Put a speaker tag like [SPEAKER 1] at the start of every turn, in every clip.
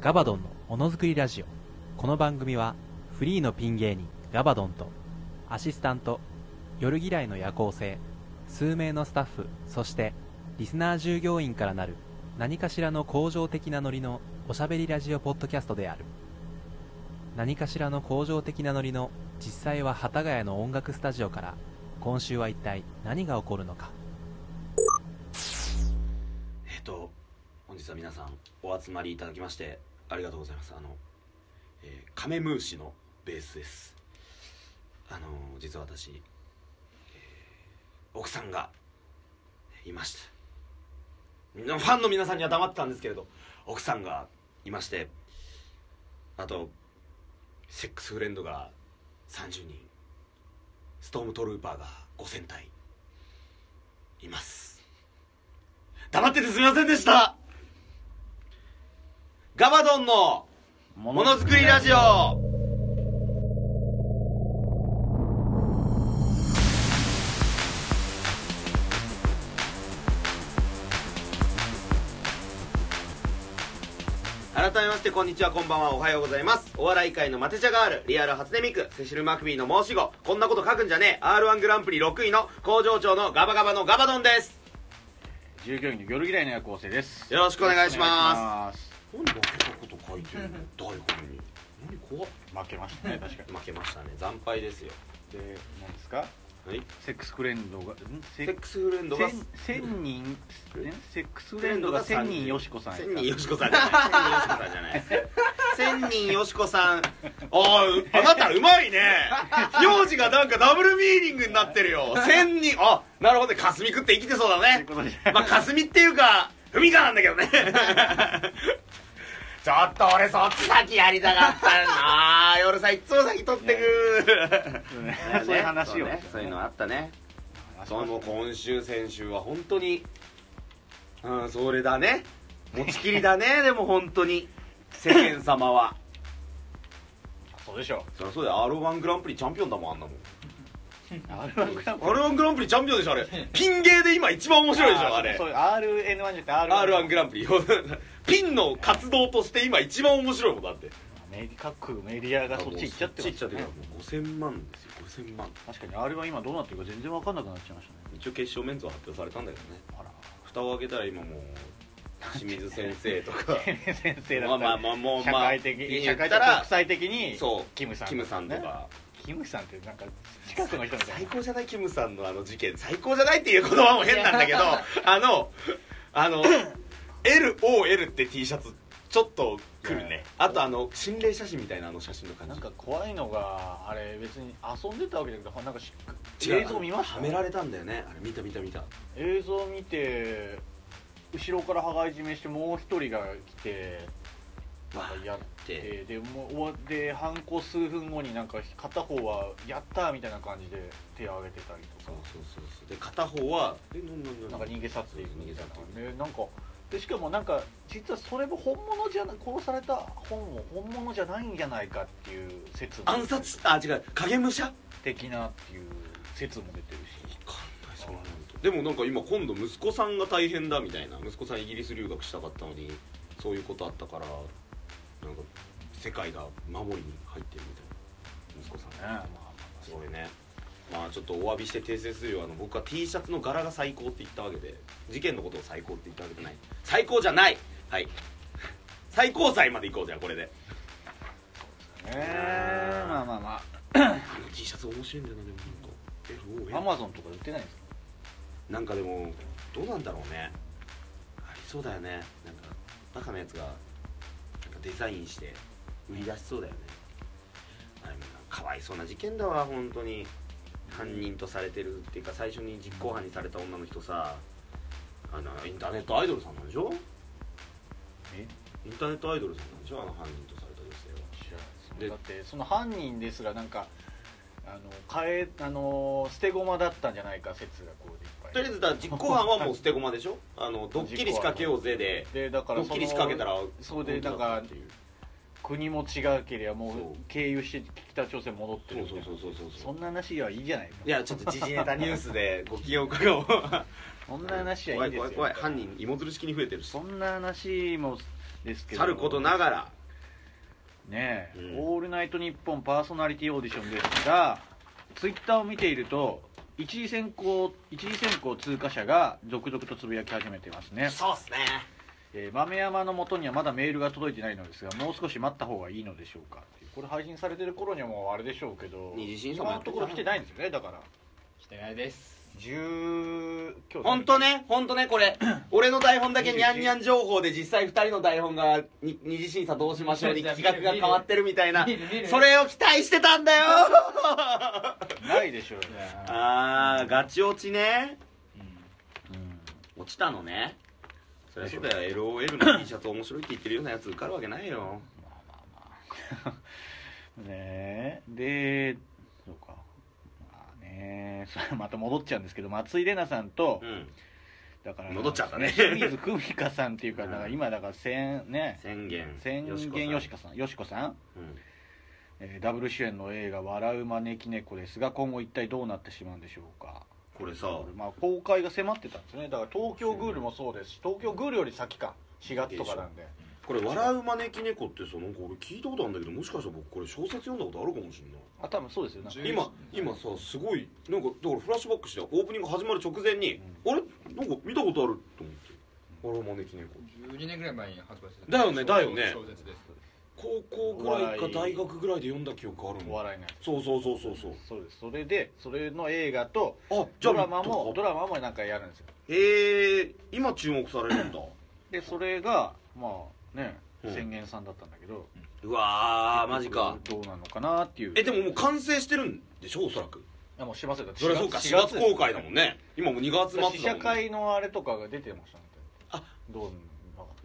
[SPEAKER 1] ガバドンのものづくりラジオこの番組はフリーのピン芸人ガバドンとアシスタント夜嫌いの夜行性数名のスタッフそしてリスナー従業員からなる何かしらの向上的なノリのおしゃべりラジオポッドキャストである何かしらの向上的なノリの実際は幡ヶ谷の音楽スタジオから今週は一体何が起こるのか
[SPEAKER 2] えっと、本日は皆さんお集まりいただきましてありがとうございます。あの、えーカメムーシのベースです。あのー、実は私、えー奥さんがいました。みんなファンの皆さんには黙ってたんですけれど、奥さんがいまして、あと、セックスフレンドが30人、ストームトルーパーが5000体、います。黙っててすみませんでしたガバドンのものづくりラジオ改めましてこんにちはこんばんはおはようございますお笑い界のマテ茶ガールリアル初音ミクセシル・マクビーの申し子こんなこと書くんじゃねえ r 1グランプリ6位の工場長のガバガバのガバドンです
[SPEAKER 3] 従業員の夜嫌いの夜行性です
[SPEAKER 2] よろしくお願いします何負けたこと書いてるの台本に何怖っ
[SPEAKER 3] 負けましたね確かに
[SPEAKER 2] 負けましたね惨敗ですよ
[SPEAKER 3] で何ですか
[SPEAKER 2] はい
[SPEAKER 3] セックスフレンドがんセ
[SPEAKER 2] セックスフレンドが
[SPEAKER 3] 千千人んセックスフレンドが千人よしこさんや
[SPEAKER 2] 千人よしこさんじゃない千人よしこさんじゃない千人よしこさんあああなたうま いね名字がなんかダブルミーニングになってるよ千人あなるほどね霞食って生きてそうだ
[SPEAKER 3] そうい
[SPEAKER 2] ね
[SPEAKER 3] うことじゃ
[SPEAKER 2] まあ霞っていうか文香なんだけどね ちょっと俺そっち先やりたかったな 夜さいっつも先取ってく
[SPEAKER 3] そういう話を
[SPEAKER 2] ねそういうのあったね
[SPEAKER 3] 話し
[SPEAKER 2] そ
[SPEAKER 3] ま
[SPEAKER 2] う
[SPEAKER 3] す
[SPEAKER 2] もう今週先週は本当にうんそれだね持ちきりだ ねでも本当に世間様は
[SPEAKER 3] そうでしょ
[SPEAKER 2] そりゃそうだよ r 1グランプリチャンピオンだもんあんなもん
[SPEAKER 3] あれはグラン
[SPEAKER 2] r 1グランプリチャンピオンでしょあ れピン芸で今一番面白いでしょあれ
[SPEAKER 3] そう RN1 じゃなくて R1
[SPEAKER 2] r 1グラ
[SPEAKER 3] ン
[SPEAKER 2] ンプリ ピンの活動として今一番面白いもんだって
[SPEAKER 3] メディ各メディアがそっち行っちゃってます
[SPEAKER 2] そっち行っちゃってるからもう5000万ですよ5000万
[SPEAKER 3] 確かに R1 今どうなってるか全然分かんなくなっちゃいました ね
[SPEAKER 2] 一応決勝メンツは発表されたんだけどね
[SPEAKER 3] あら
[SPEAKER 2] 蓋を開けたら今もう清水先生とか
[SPEAKER 3] 先生だ
[SPEAKER 2] ま
[SPEAKER 3] っ
[SPEAKER 2] あ
[SPEAKER 3] た
[SPEAKER 2] まあまあもう
[SPEAKER 3] 社
[SPEAKER 2] まあ
[SPEAKER 3] 会的
[SPEAKER 2] 言
[SPEAKER 3] 社
[SPEAKER 2] った
[SPEAKER 3] 会
[SPEAKER 2] ら
[SPEAKER 3] 的国際的に
[SPEAKER 2] そう
[SPEAKER 3] キムさん
[SPEAKER 2] キムさんと
[SPEAKER 3] ね
[SPEAKER 2] か
[SPEAKER 3] キムさんってなんか近くの人みたい
[SPEAKER 2] 最
[SPEAKER 3] な
[SPEAKER 2] 高じゃないキムさんのあの事件最高じゃないっていう言葉も変なんだけ どあのあの LOL って T シャツちょっとくる
[SPEAKER 3] いや
[SPEAKER 2] ねあとあの心霊写真みたいなあの写真の感
[SPEAKER 3] なん
[SPEAKER 2] じ
[SPEAKER 3] か怖いのがあれ別に遊んでたわけじゃなくてなんかし
[SPEAKER 2] 違う
[SPEAKER 3] 映像見ました
[SPEAKER 2] はめられたんだよねあれ見た見た見た
[SPEAKER 3] 映像見て後ろから羽交い締めしてもう一人が来て
[SPEAKER 2] バ
[SPEAKER 3] なんかやっ
[SPEAKER 2] で
[SPEAKER 3] てでもう終わって犯行数分後になんか片方は「やった!」みたいな感じで手を挙げてたりと
[SPEAKER 2] そ
[SPEAKER 3] か
[SPEAKER 2] うそうそうそうで片方はえなんなんなん
[SPEAKER 3] なんか逃げ去っていく
[SPEAKER 2] 逃
[SPEAKER 3] み
[SPEAKER 2] げ
[SPEAKER 3] た
[SPEAKER 2] 去
[SPEAKER 3] い
[SPEAKER 2] っていく
[SPEAKER 3] なねなんかでしかもなんか実はそれも本物じゃな殺された本も本物じゃないんじゃないかっていう説も
[SPEAKER 2] 暗殺あ違う影武者わ
[SPEAKER 3] 的なっていう説も出てるし
[SPEAKER 2] かんないそんなことでもなんか今今度息子さんが大変だみたいな息子さんイギリス留学したかったのにそういうことあったからなんか世界が守りに入ってるみたいな息子さん
[SPEAKER 3] ねまあ
[SPEAKER 2] すごいねまあちょっとお詫びして訂正するよあの僕は T シャツの柄が最高って言ったわけで事件のことを最高って言ったわけじゃない最高じゃないはい最高裁まで行こうじゃあこれで
[SPEAKER 3] ねまあまあま
[SPEAKER 2] あの T シャツ面白いんだよなでもなんか
[SPEAKER 3] あア
[SPEAKER 2] LOL
[SPEAKER 3] マゾンとか売ってないんですか
[SPEAKER 2] なんかでもどうなんだろうねありそうだよねなんかバカなやつがなんかデザインして売り出しそうだよねあれもなんかかわいそうな事件だわ本当に犯人とされてるっていうか最初に実行犯にされた女の人さあのインターネットアイドルさんなんでしょ
[SPEAKER 3] え
[SPEAKER 2] インターネットアイドルさんなんでしょあの犯人とされた女性は
[SPEAKER 3] 知らないです
[SPEAKER 2] で
[SPEAKER 3] だってその犯人ですらなんかあの替えあの捨て駒だったんじゃないか説がこういっぱい
[SPEAKER 2] とりあえずだから実行犯はもう捨て駒でしょあのドッキリ仕掛けようぜで
[SPEAKER 3] でだか
[SPEAKER 2] ド
[SPEAKER 3] ら
[SPEAKER 2] ッ
[SPEAKER 3] その
[SPEAKER 2] キリ仕掛けたら
[SPEAKER 3] そうでなん
[SPEAKER 2] 本当だ
[SPEAKER 3] か
[SPEAKER 2] ったっていう
[SPEAKER 3] 国も違うければも
[SPEAKER 2] そう
[SPEAKER 3] う経由して北朝鮮戻って
[SPEAKER 2] そ
[SPEAKER 3] る
[SPEAKER 2] う
[SPEAKER 3] みた
[SPEAKER 2] そ
[SPEAKER 3] いうな
[SPEAKER 2] そうそうそう
[SPEAKER 3] そんな話はいいじゃないか
[SPEAKER 2] いやちょっと時事ネタニュースでご機嫌を 伺おう
[SPEAKER 3] そんな話はいいです
[SPEAKER 2] 怖い怖
[SPEAKER 3] よ
[SPEAKER 2] い怖い犯人芋づる式に増えてるし
[SPEAKER 3] そんな話もですけど
[SPEAKER 2] さることながら
[SPEAKER 3] ねえ、
[SPEAKER 2] うん
[SPEAKER 3] オールナイトニッポン」パーソナリティオーディションですがツイッターを見ていると一次選考一次選考通過者が続々とつぶやき始めてますね、
[SPEAKER 2] そうっすね
[SPEAKER 3] えー豆山の元にはまだメールが届いてないのですがもう少し待った方がいいのでしょうかっていうこれ配信されてる頃にはもうあれでしょうけど
[SPEAKER 2] 二次審査も
[SPEAKER 3] 今
[SPEAKER 2] やっ
[SPEAKER 3] の
[SPEAKER 2] てたね
[SPEAKER 3] ところ来てないんですよねだから
[SPEAKER 4] 来てないです
[SPEAKER 3] 10今
[SPEAKER 2] 本当ね本当ねこ れ俺の台本だけニャンニャン情報で実際2人の台本がに二次審査どうしましょうに企画が変わってるみたいな
[SPEAKER 4] 見る見る
[SPEAKER 2] それを期待してたん だよ
[SPEAKER 3] ないでしょうね
[SPEAKER 4] いや
[SPEAKER 2] あーガチ落ちね
[SPEAKER 4] ーうん
[SPEAKER 2] 落ちたのねそりゃそうだよ LOL の T シャツ面白いって言ってるようなやつ受かるわけない よ
[SPEAKER 3] ねえでそうかまあねそれまた戻っちゃうんですけど松井玲奈さんと、
[SPEAKER 2] うん
[SPEAKER 3] だから
[SPEAKER 2] 戻っちゃったね
[SPEAKER 3] 清水久美香さんっていうか
[SPEAKER 2] うん
[SPEAKER 3] だから今だから宣ね
[SPEAKER 2] 宣言
[SPEAKER 3] 宣言よしかさんよしこさん、
[SPEAKER 2] うん
[SPEAKER 3] えーダブル主演の映画「笑う招き猫」ですが今後一体どうなってしまうんでしょうか
[SPEAKER 2] これさ
[SPEAKER 3] まあ公開が迫ってたんですねだから東京グールもそうですし東京グールより先か4月とかなんで
[SPEAKER 2] これ「笑う招き猫」ってさなんか俺聞いたことあるんだけどもしかしたら僕これ小説読んだことあるかもしれない
[SPEAKER 3] あ多分そうですよなんか
[SPEAKER 4] 10
[SPEAKER 2] 今今さすごいなんかだからフラッシュバックしてオープニング始まる直前に、あれなんか見たことあると思って「笑う招き猫」
[SPEAKER 4] 12年ぐらい前に発売してた
[SPEAKER 2] だよねだよね
[SPEAKER 4] 小説です
[SPEAKER 2] 高校ぐらいか大学ぐらいで読んだ記憶ある
[SPEAKER 3] お
[SPEAKER 2] もん
[SPEAKER 3] 笑いのやつ
[SPEAKER 2] そうそうそうそうそう
[SPEAKER 3] そうですそれでそれの映画と
[SPEAKER 2] あじゃ
[SPEAKER 3] ド
[SPEAKER 2] あ
[SPEAKER 3] ラマもド
[SPEAKER 2] ラ
[SPEAKER 3] ラマもなんかやるんですよ
[SPEAKER 2] えー、今注目されるんだ
[SPEAKER 3] でそれがまあね
[SPEAKER 2] うん
[SPEAKER 3] 宣言さんだったんだけど
[SPEAKER 2] うわーマジか
[SPEAKER 3] どうなのかなっていう
[SPEAKER 2] えでももう完成してるんでしょおそらく
[SPEAKER 3] いやもうしますよだって
[SPEAKER 2] そりゃそうか4月公開だもんね今もう2月末だもん、ね、
[SPEAKER 3] 試写会のあれとかが出てましたね
[SPEAKER 2] あ
[SPEAKER 3] どうな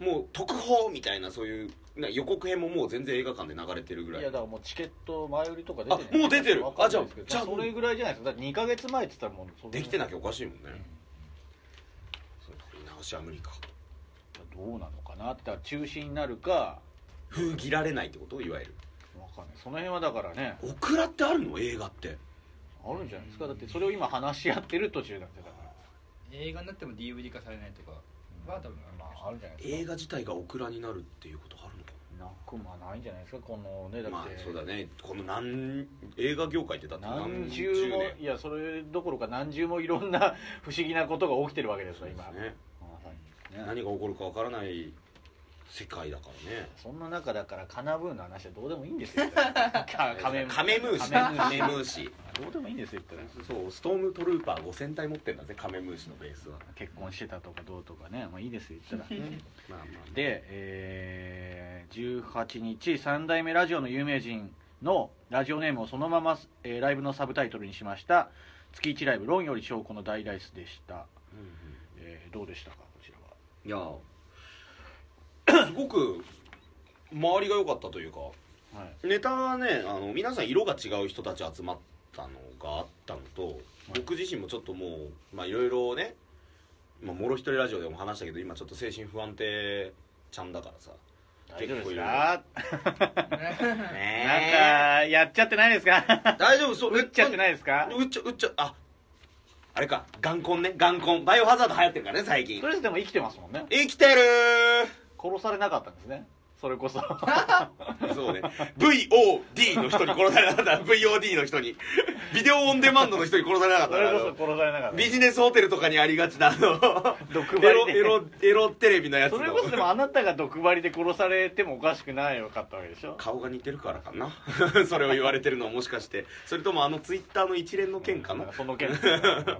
[SPEAKER 3] の
[SPEAKER 2] もう特報みたいなそういうな予告編ももう全然映画館で流れてるぐ
[SPEAKER 3] か
[SPEAKER 2] ら
[SPEAKER 3] い
[SPEAKER 2] い
[SPEAKER 3] やだからもうチケット前売りとか出て
[SPEAKER 2] あもう出てる
[SPEAKER 3] わかんないですけど
[SPEAKER 2] あじゃあじゃあ
[SPEAKER 3] それぐらいじゃないですかだって2ヶ月前って言ったらもうそれ
[SPEAKER 2] できてなきゃおかしいもんね、そうか直しは無理か
[SPEAKER 3] どうなのかなってだから中止になるか
[SPEAKER 2] 封切られないってこといわゆる
[SPEAKER 3] わかんないその辺はだからね
[SPEAKER 2] オクラってあるの映画って
[SPEAKER 3] あるんじゃないですかだってそれを今話し合ってる途中なんでだから
[SPEAKER 4] 映画になっても DVD 化されないとかは多分
[SPEAKER 3] ま
[SPEAKER 4] あ
[SPEAKER 3] ああるんじゃないです
[SPEAKER 2] 映画自体がオクラになるっていうことあるのか
[SPEAKER 3] かなくまあないんじゃないですかこのねだ
[SPEAKER 2] な
[SPEAKER 3] って、
[SPEAKER 2] まあそうだねこの何映画業界ってだって
[SPEAKER 3] 何重もいやそれどころか何重もいろんな 不思議なことが起きてるわけです
[SPEAKER 2] そ
[SPEAKER 3] よ
[SPEAKER 2] うで
[SPEAKER 3] 今
[SPEAKER 2] すね
[SPEAKER 3] ね
[SPEAKER 2] 何が起こるかわからない世界だからね
[SPEAKER 3] そんな中だからカナブーの話はどうでもいいんですよ かカメ
[SPEAKER 2] カメムーシ
[SPEAKER 3] カメム
[SPEAKER 2] カ
[SPEAKER 3] ー
[SPEAKER 2] メムーシ
[SPEAKER 3] シどうでもいいんですよ言ったら
[SPEAKER 2] そうストームトルーパー5000体持ってんだぜカメムーシのベースは
[SPEAKER 3] 結婚してたとかどうとかねまあいいですよ言ったら
[SPEAKER 2] まあまあ
[SPEAKER 3] で、えー18日三代目ラジオの有名人のラジオネームをそのまま、えーライブのサブタイトルにしました月1ライブ「論より証拠の大ライス」でした、
[SPEAKER 2] うんうん
[SPEAKER 3] えーどうでしたかこちらは
[SPEAKER 2] や
[SPEAKER 3] い
[SPEAKER 2] すごく周りが良かったというか
[SPEAKER 3] はい
[SPEAKER 2] ネタはねあの皆さん色が違う人たち集まったのがあったのと僕自身もちょっともうまあいろいろねまあもろ一人ラジオでも話したけど今ちょっと精神不安定ちゃんだからさ
[SPEAKER 3] 大丈夫です
[SPEAKER 2] 結構いろいろ ね
[SPEAKER 3] かなんかやっちゃってないですか
[SPEAKER 2] 大丈夫そう
[SPEAKER 3] 打っちゃってないいですか
[SPEAKER 2] うっちゃうっちゃああれか眼根ね眼根バイオハザード流行ってるからね最近
[SPEAKER 3] とりあえずでも生きてますもんね
[SPEAKER 2] 生きてる
[SPEAKER 3] 殺されなかったんですねそれこ そ
[SPEAKER 2] ーそうね VOD の人に殺されなかった VOD の人にビデオオンデマンドの人に殺されなかっ
[SPEAKER 3] そ
[SPEAKER 2] たなあ
[SPEAKER 3] れ
[SPEAKER 2] の
[SPEAKER 3] こそ殺されなかった
[SPEAKER 2] ビジネスホテルとかにありがちなあの
[SPEAKER 3] 毒
[SPEAKER 2] エ
[SPEAKER 3] 針
[SPEAKER 2] ロ
[SPEAKER 3] で
[SPEAKER 2] エロエロテレビのやつ
[SPEAKER 3] そ
[SPEAKER 2] の
[SPEAKER 3] れこそでもあなたが毒針で殺されてもおかしくないよかったわけでしょ
[SPEAKER 2] 顔が似てるからかな それを言われてるのはもしかしてそれともあのツイッターの一連の件かな
[SPEAKER 3] その件です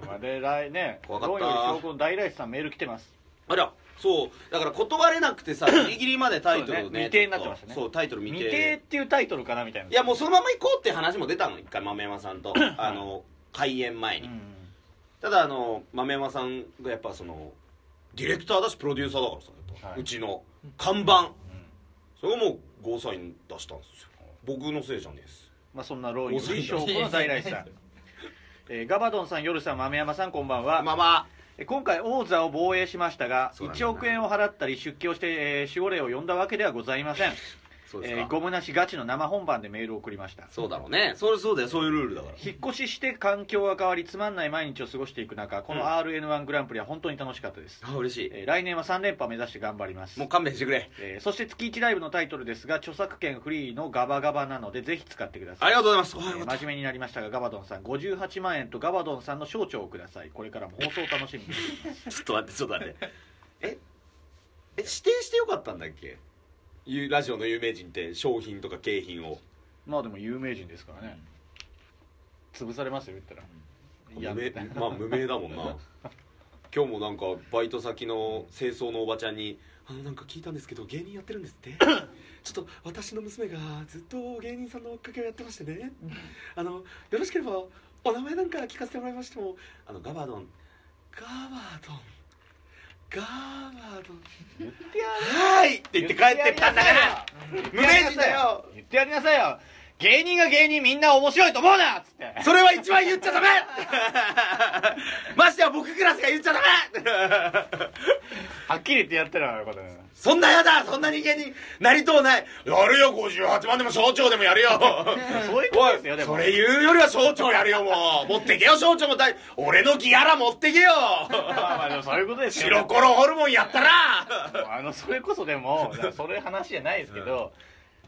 [SPEAKER 3] まあで来ね
[SPEAKER 2] 怖かった
[SPEAKER 3] ロンより証拠の大来さんメール来てます
[SPEAKER 2] あらそうだから断れなくてさギリギリまでタイトルを
[SPEAKER 3] そうね
[SPEAKER 2] ね
[SPEAKER 3] 未定になってましたね
[SPEAKER 2] そうタイトル未
[SPEAKER 3] 未
[SPEAKER 2] 定
[SPEAKER 3] 定っていうタイトルかなみたいない
[SPEAKER 2] やもうそのまま行こうって話も出たの一回豆山さんとあの開演前
[SPEAKER 3] う
[SPEAKER 2] に、
[SPEAKER 3] ん
[SPEAKER 2] ただあの豆山さんがやっぱそのディレクターだしプロデューサーだからさやっぱ、
[SPEAKER 3] はいう
[SPEAKER 2] ちの看板それがもうゴーサイン出したんですよ僕のせいじゃねえです
[SPEAKER 3] まあそんなロンより証拠の大来さんえーガバドンさん夜さん豆山さんこんばんは
[SPEAKER 2] まあま
[SPEAKER 3] え今回王座を防衛しましたが
[SPEAKER 2] そうなんだ
[SPEAKER 3] 1億円を払ったり出家をして、えー守護霊を呼んだわけではございません
[SPEAKER 2] そうですか、
[SPEAKER 3] えーゴムなしガチの生本番でメールを送りました
[SPEAKER 2] そうだろうねそれそうだよそういうルールだから
[SPEAKER 3] 引っ越しして環境が変わりつまんない毎日を過ごしていく中この
[SPEAKER 2] うん
[SPEAKER 3] RN1 グランプリは本当に楽しかったです、
[SPEAKER 2] あ嬉しい
[SPEAKER 3] えー来年は3連覇目指して頑張ります
[SPEAKER 2] もう勘弁してくれ
[SPEAKER 3] えーそして月1ライブのタイトルですが著作権フリーのガバガバなのでぜひ使ってくださ
[SPEAKER 2] あ
[SPEAKER 3] い
[SPEAKER 2] りがとうございますお
[SPEAKER 3] え
[SPEAKER 2] はようご
[SPEAKER 3] ー
[SPEAKER 2] ざいま
[SPEAKER 3] 真面目になりましたがガバドンさん58万円とガバドンさんの賞徴をくださいこれからも放送を楽しみに
[SPEAKER 2] すちょっと待ってちょっと待ってええ指定してよかったんだっけゆラジオの有名人って商品とか景品を
[SPEAKER 3] まあでも有名人ですからね潰されますよ言ったら
[SPEAKER 2] 無
[SPEAKER 3] いや
[SPEAKER 2] 名まあ無名だもん な今日もなんかバイト先の清掃のおばちゃんに「あのなんか聞いたんですけど芸人やってるんですって ちょっと私の娘がずっと芸人さんの追っかけをやってましてねあのよろしければお名前なんか聞かせてもらいましてもあのガバドンガバドンガバドンはい!」って言って帰ってったんだから無名人だよ
[SPEAKER 3] 言ってやりなさいよ芸人が芸人みんな面白いと思うなっつって
[SPEAKER 2] それは一番言っちゃダ メましては僕クラスが言っちゃダメ
[SPEAKER 3] はっきり言ってやったらよかったね
[SPEAKER 2] そんなやだそんな人間になりとうないやるよ58万でも省庁でもやるよ
[SPEAKER 3] そういうことですよでも
[SPEAKER 2] それ言うよりは省庁やるよもう持ってけよ省庁も大俺のギャラ持ってけよ
[SPEAKER 3] まあまあでもそういうことですよ
[SPEAKER 2] 白コロホルモンやったら
[SPEAKER 3] あのそれこそ でもだからそれ話じゃないですけど、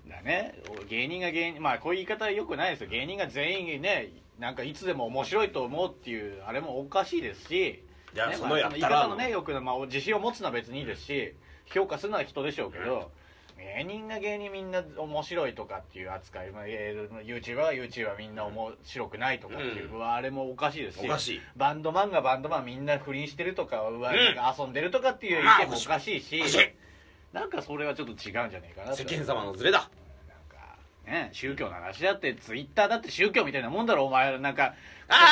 [SPEAKER 3] だね芸人が芸人まあこういう言い方はよくないですよ芸人が全員ねなんかいつでも面白いと思うっていうあれもおかしいですし
[SPEAKER 2] いや
[SPEAKER 3] ね
[SPEAKER 2] そのやったら
[SPEAKER 3] まあその言い方もねよく、まあ、自信を持つのは別にいいですし評価するのは人でしょうけど、芸人が芸人みんな面白いとかっていう扱い、まあ、えー YouTuber は YouTuber みんな面白くないとかっていう、
[SPEAKER 2] う
[SPEAKER 3] あれもおかしいですし
[SPEAKER 2] おかしい
[SPEAKER 3] バンドマンがバンドマンみんな不倫してるとかうわ
[SPEAKER 2] うん
[SPEAKER 3] なんか遊んでるとかっていう意見もおかしいし、
[SPEAKER 2] おかしい
[SPEAKER 3] なんかそれはちょっと違うんじゃないかなと
[SPEAKER 2] 世間様のズレだ
[SPEAKER 3] なんかね宗教の話だってツイッターだって宗教みたいなもんだろお前らなんか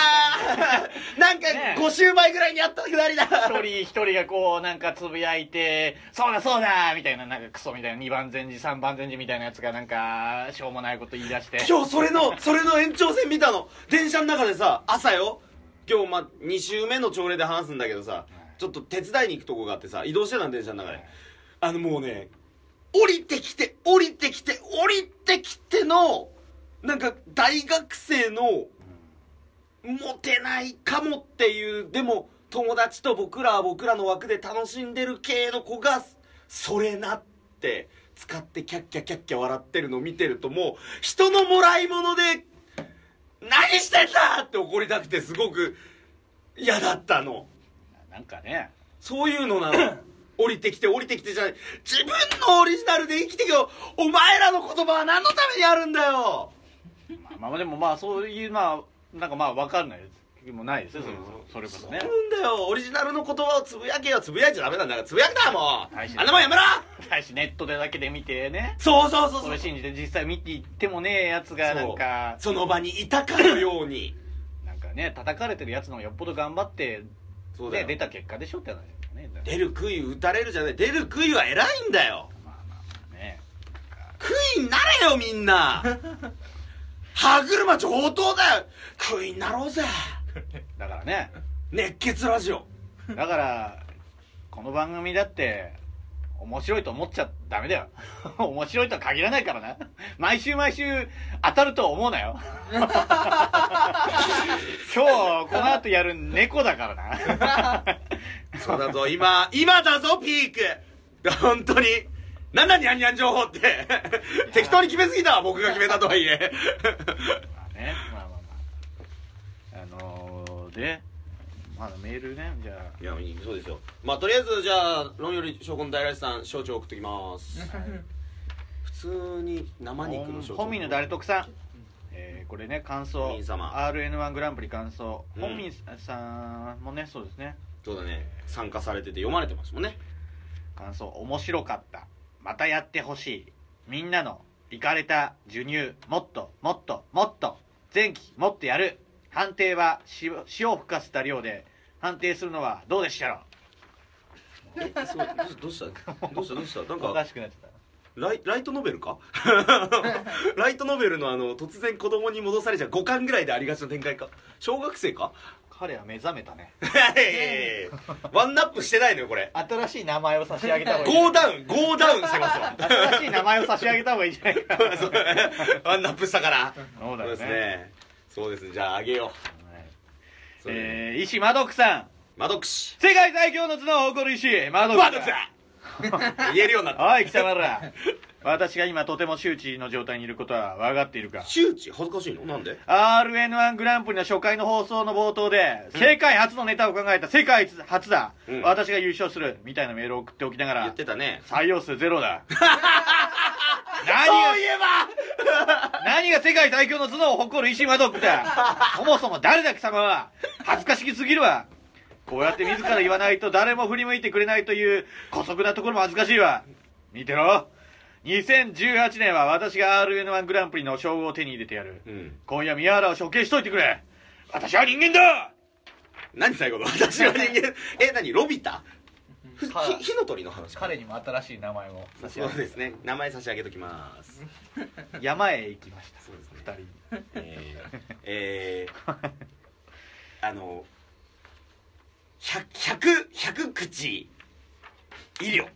[SPEAKER 2] ああなんか
[SPEAKER 3] ねえ
[SPEAKER 2] 5週前ぐらいにやったくだりだ
[SPEAKER 3] 一人一人がこうなんかつぶやいて「そうだそうだ!」みたいななんかクソみたいな2番前時3番前時みたいなやつがなんかしょうもないこと言い出して
[SPEAKER 2] 今日それのそれの延長戦見たの電車の中でさ朝よ今日まあ2週目の朝礼で話すんだけどさちょっと手伝いに行くとこがあってさ移動してたの電車の中であのもうね降りてきて降りてきて降りてきてのなんか大学生のモテないかもっていうでも友達と僕らは僕らの枠で楽しんでる系の子がそれなって使ってキャッキャキャッキャ笑ってるの見てるともう人のもらい物で何してんだって怒りたくてすごく嫌だったの
[SPEAKER 3] なんかね
[SPEAKER 2] そういうのな の降りてきて降りてきてじゃない自分のオリジナルで生きてけよお前らの言葉は何のためにあるんだよ
[SPEAKER 3] まあまあでもまあそういうまあなんかまあ分かんないですもうないですよそれこそそれこそね
[SPEAKER 2] 思うんだよオリジナルの言葉をつぶやけよつぶやいちゃダメなんだからつぶやくなもう
[SPEAKER 3] はい
[SPEAKER 2] あんなもんやめろ
[SPEAKER 3] 大しネットでだけで見てね
[SPEAKER 2] そうそうそう
[SPEAKER 3] そ
[SPEAKER 2] そう
[SPEAKER 3] れ信じて実際見ていってもねえやつがなんか
[SPEAKER 2] そうその場にいたかのように
[SPEAKER 3] なんかね叩かれてるやつの方がよっぽど頑張って
[SPEAKER 2] そうだ
[SPEAKER 3] で
[SPEAKER 2] よ
[SPEAKER 3] 出た結果でしょって話だよねだか
[SPEAKER 2] 出る杭打たれるじゃない出る杭は偉いんだよ
[SPEAKER 3] らまあまあね
[SPEAKER 2] 杭になれよみん な歯車上等だよ杭になろうぜ
[SPEAKER 3] だからね
[SPEAKER 2] 熱血ラジオ
[SPEAKER 3] だからこの番組だって面白いと思っちゃダメだよ 面白いとは限らないからな毎週毎週当たるとは思う なよ今日この後やる猫だからな
[SPEAKER 2] そうだぞ、今、今だぞ、ピーク本当に。なんだ、にゃんにゃん情報って。 適当に決めすぎたわ、僕が決めたとはいえ。
[SPEAKER 3] まあねまあまあまああのー、でまだメールねじゃ
[SPEAKER 2] いや、そうですよ。まあ、とりあえず、じゃあ、論より証拠の大来さん、象徴送ってきます。普通に
[SPEAKER 3] あ
[SPEAKER 2] 生肉の象徴。
[SPEAKER 3] 本民の誰得さん、えーこれね感
[SPEAKER 2] 本
[SPEAKER 3] 想
[SPEAKER 2] 民様
[SPEAKER 3] RN1 グランプリ感想、
[SPEAKER 2] うん
[SPEAKER 3] 本民さんもねそうですね
[SPEAKER 2] そうだね。参加されてて読まれてますもんね。
[SPEAKER 3] 感想面白かったまたやってほしいみんなのイカれた授乳もっともっともっと前期もっとやる判定は塩塩を吹かせた量で判定するのはどうでしたろ
[SPEAKER 2] え、すごい。どうしたどうしたどうしたな
[SPEAKER 3] うんおか
[SPEAKER 2] か、
[SPEAKER 3] しくなっちゃっ
[SPEAKER 2] ライライトノベルか ライトノベルのあの、突然子供に戻されちゃう5巻ぐらいでありがちな展開か。小学生か
[SPEAKER 3] た彼は目覚めたね
[SPEAKER 2] いやいやいや ワンナップしてないのよこれ
[SPEAKER 3] 新しい名前を差し上げた方 がいい
[SPEAKER 2] ゴーダウンゴーダウンしてます わ
[SPEAKER 3] 新しい名前を差し上げた方がいいんじゃないか な
[SPEAKER 2] そうワンナップしたから
[SPEAKER 3] そう
[SPEAKER 2] そ
[SPEAKER 3] だ
[SPEAKER 2] う
[SPEAKER 3] よ
[SPEAKER 2] です
[SPEAKER 3] ね
[SPEAKER 2] ねそうですねじゃああげよ
[SPEAKER 3] はい
[SPEAKER 2] う、え
[SPEAKER 3] えー、石マドックさん
[SPEAKER 2] マドックシ
[SPEAKER 3] 世界最強の頭脳を誇る石マドック
[SPEAKER 2] マドック だ言えるようになった
[SPEAKER 3] おい貴様ら私が今とても周知の状態にいることは分かっているか
[SPEAKER 2] 周知恥ずかしいのなんで
[SPEAKER 3] RN1 グランプリの初回の放送の冒頭で、世界初のネタを考えた世界初だ、
[SPEAKER 2] うん
[SPEAKER 3] 私が優勝するみたいなメールを送っておきなが
[SPEAKER 2] 言
[SPEAKER 3] ら
[SPEAKER 2] ってたね
[SPEAKER 3] 採用数ゼ ロだ
[SPEAKER 2] そう
[SPEAKER 3] 何が
[SPEAKER 2] いえば
[SPEAKER 3] 何が世界最強の頭脳を誇る石井マドックだそもそも誰だ貴様は恥ずかしすぎるわこうやって自ら言わないと誰も振り向いてくれないという姑息なところも恥ずかしいわ見てろ2018年は私が RN1 グランプリの称号を手に入れてやる
[SPEAKER 2] うん
[SPEAKER 3] 今夜宮原を処刑しといてくれ私は人間だ
[SPEAKER 2] 何最後の私は人 間え何ロビタふ
[SPEAKER 3] か
[SPEAKER 2] ひ火の鳥の話
[SPEAKER 3] 彼にも新しい名前を差し
[SPEAKER 2] そ
[SPEAKER 3] 上
[SPEAKER 2] う
[SPEAKER 3] げ
[SPEAKER 2] ですね名前差し上げときます
[SPEAKER 3] 山へ行きました
[SPEAKER 2] そうですね
[SPEAKER 3] 二人
[SPEAKER 2] えー、えーあの百百百口医療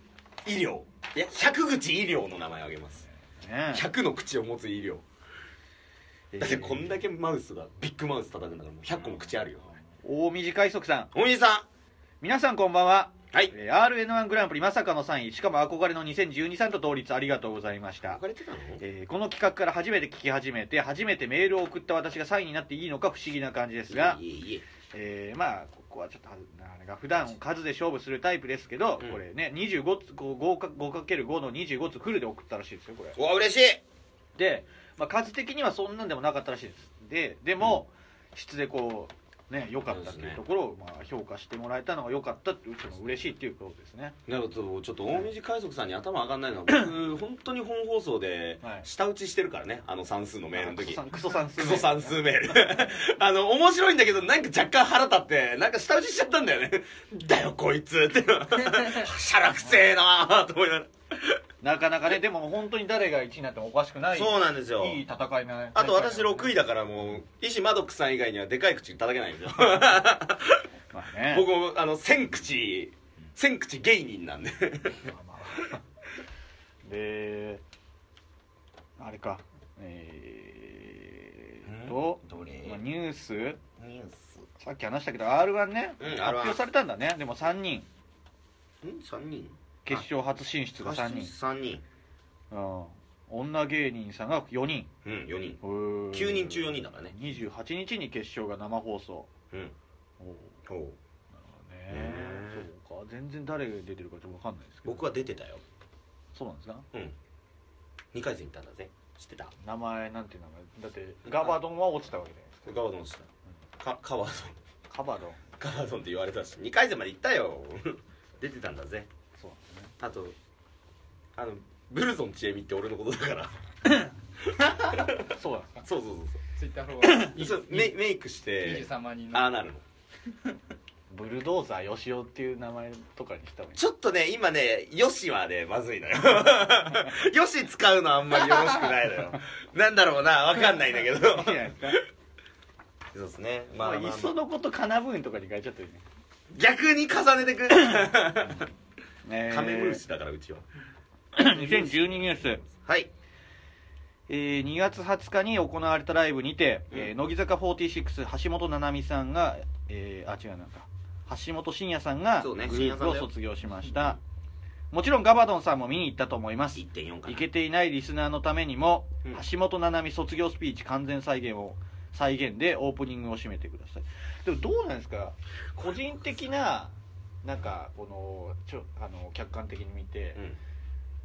[SPEAKER 2] 医療いや百口医療の名前をあげます
[SPEAKER 3] ね
[SPEAKER 2] 百の口を持つ医療だってこんだけマウスがビッグマウス叩くんだからもう100個も口あるよ
[SPEAKER 3] 大短い速さん
[SPEAKER 2] おみさ
[SPEAKER 3] 皆さんこんばんは
[SPEAKER 2] んはい
[SPEAKER 3] えー RN1 グランプリまさかの3位しかも憧れの2012さんと同率ありがとうございました
[SPEAKER 2] 憧、れてたの
[SPEAKER 3] えーこの企画から初めて聞き始めて初めてメールを送った私が3位になっていいのか不思議な感じですが
[SPEAKER 2] い、えいえ
[SPEAKER 3] えーまあここはちょっとあれが普段数で勝負するタイプですけど、
[SPEAKER 2] うん
[SPEAKER 3] これね25つこう 5, か 5×5 の25つフルで送ったらしいですよこれ
[SPEAKER 2] うわ嬉しい
[SPEAKER 3] で、まあ、数的にはそんなんでもなかったらしいですででも、質でこうね良かったっていうところを、まあ、評価してもらえたのが良かったっていうその嬉しいっていうことですね
[SPEAKER 2] なるほどちょっと大水海賊さんに頭上がんないのは僕本当に本放送で
[SPEAKER 3] はい
[SPEAKER 2] 舌打ちしてるからねあの算数のメールの時
[SPEAKER 3] あクソさんクソ
[SPEAKER 2] ク
[SPEAKER 3] さ
[SPEAKER 2] ソ算
[SPEAKER 3] ん
[SPEAKER 2] 数メール あの面白いんだけどなんか若干腹立ってなんか舌打ちしちゃったんだよねだよこいつって しゃらくせえなあと思いなが
[SPEAKER 3] なかなかね、でも本当に誰が1位になってもおかしくな
[SPEAKER 2] ら
[SPEAKER 3] い、
[SPEAKER 2] そうなんですよ
[SPEAKER 3] いい戦いな。
[SPEAKER 2] あと私6位だからもう石マドックさん以外にはでかい口叩けないんですよ
[SPEAKER 3] まあね。
[SPEAKER 2] 僕もあの千口千口芸人なんで
[SPEAKER 3] まあまあ で、あれか、えーっと、
[SPEAKER 2] どれ
[SPEAKER 3] まあニュース、
[SPEAKER 2] ニュース
[SPEAKER 3] さっき話したけど、R1 ね、
[SPEAKER 2] うん R1
[SPEAKER 3] 発表されたんだね。でも3人、
[SPEAKER 2] ん3人
[SPEAKER 3] 決勝初進出が3人。
[SPEAKER 2] 3人
[SPEAKER 3] うん女芸人さんが4人。
[SPEAKER 2] うん4人
[SPEAKER 3] 9
[SPEAKER 2] 9人中4人だからね
[SPEAKER 3] 28日に決勝が生放送。
[SPEAKER 2] うん
[SPEAKER 3] おー
[SPEAKER 2] ほう
[SPEAKER 3] ねそうか全然誰が出てるかちょっと分かんないですけど
[SPEAKER 2] 僕は出てたよ
[SPEAKER 3] そうなんですか
[SPEAKER 2] うん2回戦行ったんだぜ知ってた
[SPEAKER 3] 名前なんていう名前だってガバドンは落ちたわけじゃないです
[SPEAKER 2] ガバドンしたかカバドン
[SPEAKER 3] かカバドン
[SPEAKER 2] カバドンって言われたし2回戦まで行ったよ 出てたんだぜ
[SPEAKER 3] そうなんですね
[SPEAKER 2] あとあのブルゾンちえみって俺のことだから
[SPEAKER 3] そうなんですか
[SPEAKER 2] そうそうそう
[SPEAKER 4] ツイッターフォロワ
[SPEAKER 2] そうそう
[SPEAKER 4] ー
[SPEAKER 2] メメイクして
[SPEAKER 4] 23万人
[SPEAKER 2] あ
[SPEAKER 4] の
[SPEAKER 2] あなるの
[SPEAKER 3] ブルドーザーよしおっていう名前とかにした方がいい
[SPEAKER 2] ちょっとね今ねヨシはねまず いのよヨシ使うのあんまりよろしくないのよなんだろうなわかんないんだけ ど
[SPEAKER 3] いいじゃないですか
[SPEAKER 2] そうですね
[SPEAKER 3] ま
[SPEAKER 2] まあ
[SPEAKER 3] あ
[SPEAKER 2] まあま
[SPEAKER 3] い
[SPEAKER 2] あ
[SPEAKER 3] っそのことかなぶんとかに変えちゃってるね
[SPEAKER 2] 逆に重ねてく
[SPEAKER 3] えー
[SPEAKER 2] カメムシだからうちは
[SPEAKER 3] 2012ニュース、
[SPEAKER 2] はい
[SPEAKER 3] えー、2月20日に行われたライブにて、えー乃木坂46橋本七海さんが、えー、あ違うなんか橋本真也さんが
[SPEAKER 2] そう
[SPEAKER 3] グ
[SPEAKER 2] ね
[SPEAKER 3] ル
[SPEAKER 2] 真也さ
[SPEAKER 3] ープ
[SPEAKER 2] ん
[SPEAKER 3] を
[SPEAKER 2] だよ
[SPEAKER 3] 卒業しましたもちろんガバドンさんも見に行ったと思います
[SPEAKER 2] 1.4か
[SPEAKER 3] い
[SPEAKER 2] な
[SPEAKER 3] けていないリスナーのためにも、
[SPEAKER 2] うん
[SPEAKER 3] 橋本七海卒業スピーチ完全再現を再現でオープニングを締めてくださいでもどうなんですか個人的ななんかこのちょあの客観的に見て、
[SPEAKER 2] うん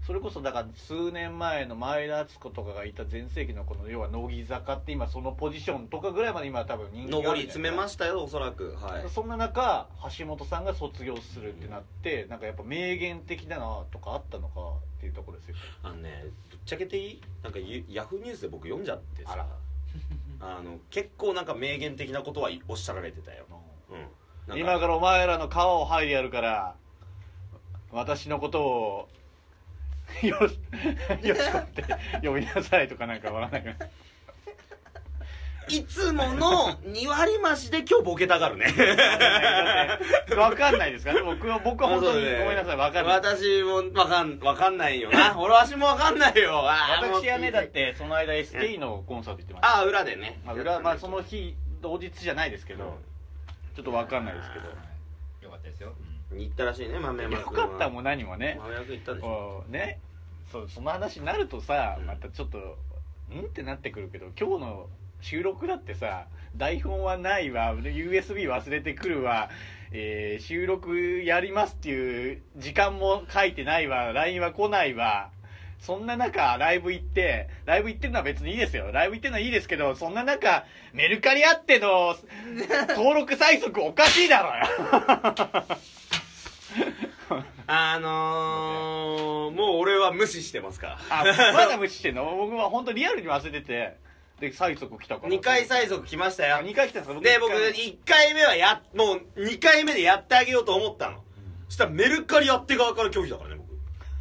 [SPEAKER 3] それこそだから数年前の前田敦子とかがいた全盛期のこの要は乃木坂って今そのポジションとかぐらいまで今多分人気がある
[SPEAKER 2] 上り詰めま
[SPEAKER 3] し
[SPEAKER 2] したよおそらくはい
[SPEAKER 3] そんな中橋本さんが卒業するってなって、なんかやっぱ名言的なのとかあったのかっていうところですよ
[SPEAKER 2] あのねぶっちゃけていいなんかゆヤフーニュースで僕読んじゃって
[SPEAKER 3] あ
[SPEAKER 2] さ
[SPEAKER 3] ら
[SPEAKER 2] あの結構なんか名言的なことはいおっしゃられてたよ、うん、なん
[SPEAKER 3] 今
[SPEAKER 2] か
[SPEAKER 3] からお前らの皮を剥いでやるから私のことをよ よしこって呼びなさいとかなんかわからないけど
[SPEAKER 2] いつもの2割増しで今日ボケたがるね
[SPEAKER 3] わかんないですかね僕は僕は 本当にごめんなさいわかんない
[SPEAKER 2] 私もわかんわかんないよな俺わしもわかんないよあー
[SPEAKER 3] 私は
[SPEAKER 2] も
[SPEAKER 3] ね
[SPEAKER 2] う
[SPEAKER 3] だってその間 ST のコンサート行ってました
[SPEAKER 2] ああ裏でね
[SPEAKER 3] まあ裏まあその日同日じゃないですけどちょっとわかんないですけど
[SPEAKER 4] よかったですよ、
[SPEAKER 2] 行ったらしいね豆山
[SPEAKER 3] よ
[SPEAKER 2] 君
[SPEAKER 3] かったも
[SPEAKER 2] ん
[SPEAKER 3] 何もね
[SPEAKER 2] 豆山君行ったでしょ
[SPEAKER 3] こうねそうその話になるとさ
[SPEAKER 2] うん
[SPEAKER 3] またちょっとうんってなってくるけど今日の収録だってさ台本はないわ USB 忘れてくるわ、えー収録やりますっていう時間も書いてないわ LINE は来ないわそんな中ライブ行ってライブ行ってるのは別にいいですよライブ行ってるのはいいですけどそんな中メルカリあっての登録催促おかしいだろよ
[SPEAKER 2] あのー、もう俺は無視してますから
[SPEAKER 3] あまだ無視してんの僕は本当リアルに忘れててで催促来たから
[SPEAKER 2] 2回催促来ましたよ
[SPEAKER 3] あ二回来たんですか
[SPEAKER 2] で
[SPEAKER 3] 一
[SPEAKER 2] 僕
[SPEAKER 3] 回
[SPEAKER 2] 1回目はやもう2回目でやってあげようと思ったのそしたらメルカリやって側から拒否だからね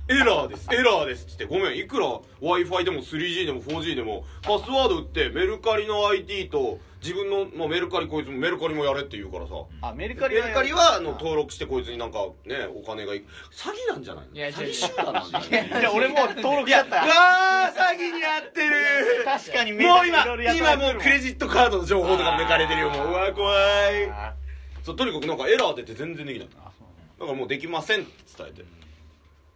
[SPEAKER 2] 僕エラーですエラーですっつってごめんいくら w i f i でも 3G でも 4G でもパスワード打ってメルカリの IT と自分の、まあ、メルカリこいつもメルカリもやれって言うからさ
[SPEAKER 3] あメルカ
[SPEAKER 2] メ
[SPEAKER 3] リ
[SPEAKER 2] ルカリはあの
[SPEAKER 3] い
[SPEAKER 2] 登録してこいつになんかねお金がいく詐欺なんじゃないの
[SPEAKER 4] いや
[SPEAKER 2] 詐欺集団なんじゃない
[SPEAKER 4] いや
[SPEAKER 3] や俺もう登録しちゃっ
[SPEAKER 2] うわー
[SPEAKER 3] た
[SPEAKER 2] 詐欺にあってる
[SPEAKER 3] 確かにメル
[SPEAKER 2] も
[SPEAKER 3] カ
[SPEAKER 2] う
[SPEAKER 3] リ
[SPEAKER 2] 今
[SPEAKER 3] いろいろやった
[SPEAKER 2] 今
[SPEAKER 3] ら
[SPEAKER 2] もうクレジットカードの情報とか抜かれてるよもううわ怖い
[SPEAKER 3] あ
[SPEAKER 2] そうとにかくなんかエラー出て全然できない
[SPEAKER 3] ーあそう
[SPEAKER 2] だからもうできませんって伝えて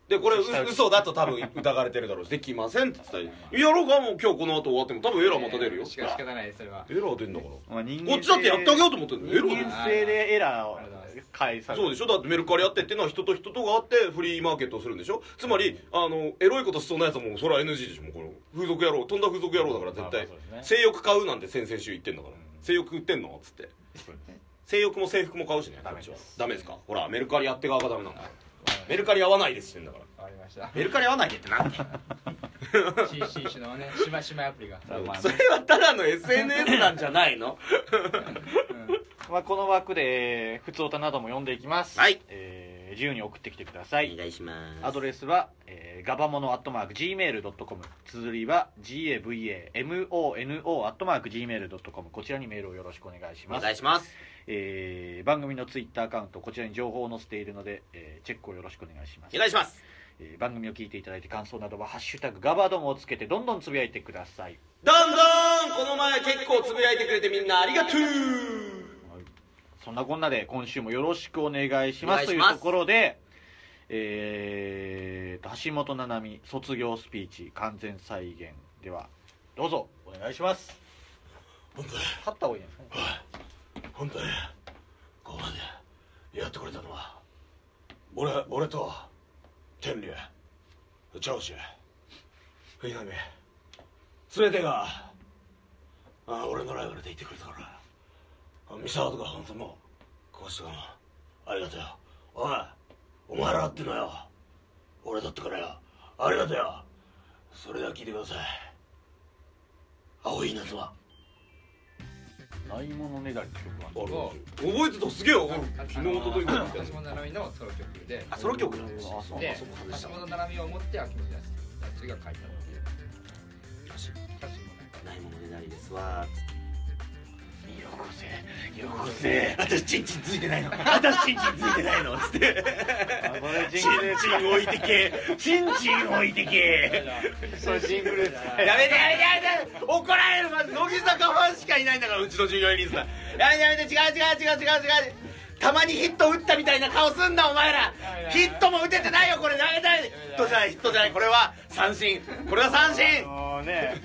[SPEAKER 2] でこれう嘘だと多分疑われてるだろうしできませんって伝えてやろうかもう今日この後終わっても多分エラーまた出るよ
[SPEAKER 4] しか仕方ないですそれは
[SPEAKER 2] エラー出んだから
[SPEAKER 3] まあ人間性
[SPEAKER 2] こっちだってやってあげようと思ってんのエラー出
[SPEAKER 3] 人
[SPEAKER 2] る
[SPEAKER 3] 間性でエラーを返さ
[SPEAKER 2] そうでしょだってメルカリやってっていうのは人と人とがあってフリーマーケットをするんでしょつまりあのエロいことしそうなやつはもうそれは NG でしょもうこれ風俗野郎飛んだ風俗野郎だから絶対
[SPEAKER 3] まあまあそうです
[SPEAKER 2] 性欲買うなんて先々週言ってんだから性欲売ってんのっつって性欲も制服も買うしね
[SPEAKER 3] ダメ
[SPEAKER 2] こっちは
[SPEAKER 3] です
[SPEAKER 2] ダメですかほらメルカリやって側がダメなんだからメルカリ合わないですしてんだから
[SPEAKER 4] わかりました
[SPEAKER 2] メルカリ合わないでってなんだよ
[SPEAKER 4] CC 種のねしましまアプリが、
[SPEAKER 3] まあまあ
[SPEAKER 2] それはただの SNS なんじゃない の
[SPEAKER 4] うん、
[SPEAKER 3] まあこの枠で普通歌なども読んでいきます
[SPEAKER 2] はい
[SPEAKER 3] えー自由に送ってきてください
[SPEAKER 2] 願いします
[SPEAKER 3] アドレスは、えー、ガバモノアットマーク Gmail.com 綴りは GAVAMONO アットマーク Gmail.com こちらにメールをよろしくお願いします
[SPEAKER 2] します
[SPEAKER 3] えー番組のツイッターアカウントこちらに情報を載せているので、えーチェックをよろしくお願いします、
[SPEAKER 2] 願いします
[SPEAKER 3] えー番組を聞いていただいて感想などは「ハッシュタグガバドム」をつけてどんどんつぶやいてください
[SPEAKER 2] どんどんこの前結構つぶやいてくれてみんなありがとう
[SPEAKER 3] そんなこんなで今週もよろしくお願いします
[SPEAKER 2] お願いします
[SPEAKER 3] というところでえーと橋本七海卒業スピーチ完全再現ではどうぞお願いします立った方がいいんですかね
[SPEAKER 2] 本当にここまでやってくれたのは俺俺と天竜長州藤波全てがああ俺のライバルでいてくれたからあ三沢とか本当もこうしてもありがとうよおいお前らだってのよ俺だってからよありがとうよそれでは聞いてください青い稲妻
[SPEAKER 3] ないものねだりって曲は
[SPEAKER 2] あ
[SPEAKER 4] お
[SPEAKER 2] 覚えてたすげえよ
[SPEAKER 4] あの橋本七海のソロ曲で
[SPEAKER 2] あソロ曲なの
[SPEAKER 3] あそう
[SPEAKER 4] で
[SPEAKER 3] あそう
[SPEAKER 2] 話した
[SPEAKER 4] 橋本七海を思って秋元康が書いたっていう歌詞もなんか
[SPEAKER 2] ないものねだりですわ
[SPEAKER 3] よこせよこせ
[SPEAKER 2] 私チンチンついてないの 私チンチンついてないのつって
[SPEAKER 3] これジ
[SPEAKER 2] チンチン置いてけチンチン置いてけ
[SPEAKER 3] それジングルです
[SPEAKER 2] やめてやめてやめて怒られるまず乃木坂ファンしかいないんだからうちの従業員リスナーやめてやめて違う違う違う違う違うたまにヒット打ったみたいな顔すんなお前らヒットも打ててないよこれやめてやめてヒットじゃないヒットじゃないこれは三振これは三振
[SPEAKER 3] あのね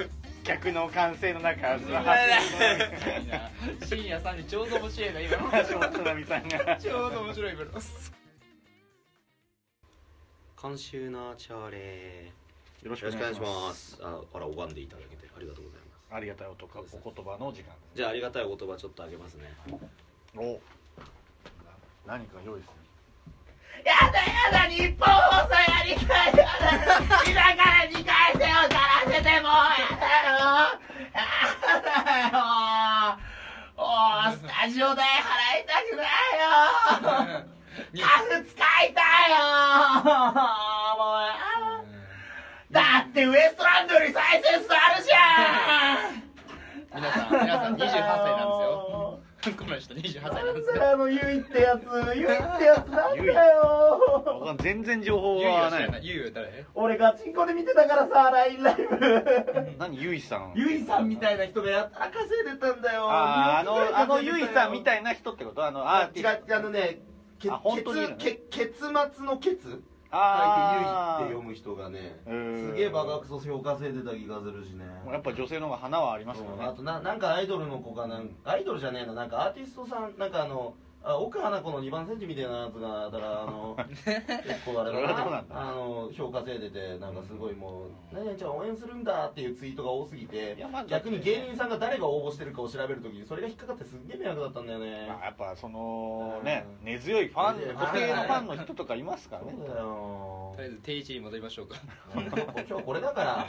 [SPEAKER 3] 逆の歓声の中その
[SPEAKER 4] いいな深夜3時ちょうど面白いな今の
[SPEAKER 3] 橋本奈美さんが
[SPEAKER 4] ちょうど面白い今の
[SPEAKER 2] 今週の朝礼
[SPEAKER 3] よろし
[SPEAKER 2] よ
[SPEAKER 3] く
[SPEAKER 2] ろし
[SPEAKER 3] お
[SPEAKER 2] くお
[SPEAKER 3] 願
[SPEAKER 2] 願
[SPEAKER 3] い
[SPEAKER 2] い
[SPEAKER 3] し
[SPEAKER 2] し
[SPEAKER 3] ま
[SPEAKER 2] ますすああら拝んでいただけてありがとうございます
[SPEAKER 3] ありがたいおとかお言葉の時間
[SPEAKER 2] じゃあありがたいお言葉ちょっとあげますね
[SPEAKER 3] お何か用意する
[SPEAKER 5] やだやだ日本放送やり返せやだ今から2回戦をさらせてもうやだ よやだよおースタジオ代払いたくない よカフ使いたいよもうやだだってウエストランドより再生数あるじゃん
[SPEAKER 6] 皆さん皆さん28歳なんですよ この人28歳なんですよ
[SPEAKER 5] あのゆいってやつゆいってやつなん
[SPEAKER 3] ゆい
[SPEAKER 5] だよ
[SPEAKER 3] 僕は全然情報
[SPEAKER 6] ゆいは
[SPEAKER 3] は
[SPEAKER 6] 知
[SPEAKER 3] な
[SPEAKER 6] ら
[SPEAKER 3] い
[SPEAKER 6] ないゆいは誰
[SPEAKER 5] 俺ガチンコで見てたからさ LINE ライブ
[SPEAKER 3] 何ゆいさん
[SPEAKER 5] ゆいさんみたいな人がやったら稼いでたんだよ
[SPEAKER 3] あーあのあのゆいさんみ
[SPEAKER 5] い
[SPEAKER 3] たいな人ってことあのアーティ
[SPEAKER 5] 違
[SPEAKER 3] ス
[SPEAKER 5] う
[SPEAKER 3] ト
[SPEAKER 5] 違うあのねけ
[SPEAKER 3] あ本当にいるの
[SPEAKER 5] けけ結末のケツ
[SPEAKER 3] あ
[SPEAKER 5] 書いて
[SPEAKER 3] ー
[SPEAKER 5] 「ゆい」って読む人がね
[SPEAKER 3] うーん
[SPEAKER 5] すげえバカクソ評価制でた気がするしね
[SPEAKER 3] やっぱ女性の方が花はありますよ
[SPEAKER 5] うん
[SPEAKER 3] ね
[SPEAKER 5] あとななんかアイドルの子かなんアイドルじゃねえななんかアーティストさんなんかあのあ奥花子の2番センチみたいなやつがだからあの結構あれだ
[SPEAKER 3] それはどう
[SPEAKER 5] な
[SPEAKER 3] なんだ
[SPEAKER 5] あの評価制でてなんかすごいもう「何々ちゃん応援するんだ」っていうツイートが多すぎて
[SPEAKER 3] いやまあ
[SPEAKER 5] 逆に芸人さんが誰が応募してるかを調べるときにそれが引っかかってすっげえ迷惑だったんだよね
[SPEAKER 3] まあやっぱそのね根強いファ
[SPEAKER 5] 根強
[SPEAKER 3] ン
[SPEAKER 5] い
[SPEAKER 3] 固定のファンの人とかいますからね
[SPEAKER 5] そうだよ
[SPEAKER 6] とりあえず定位置に戻りましょうか
[SPEAKER 5] 今日これだから、うん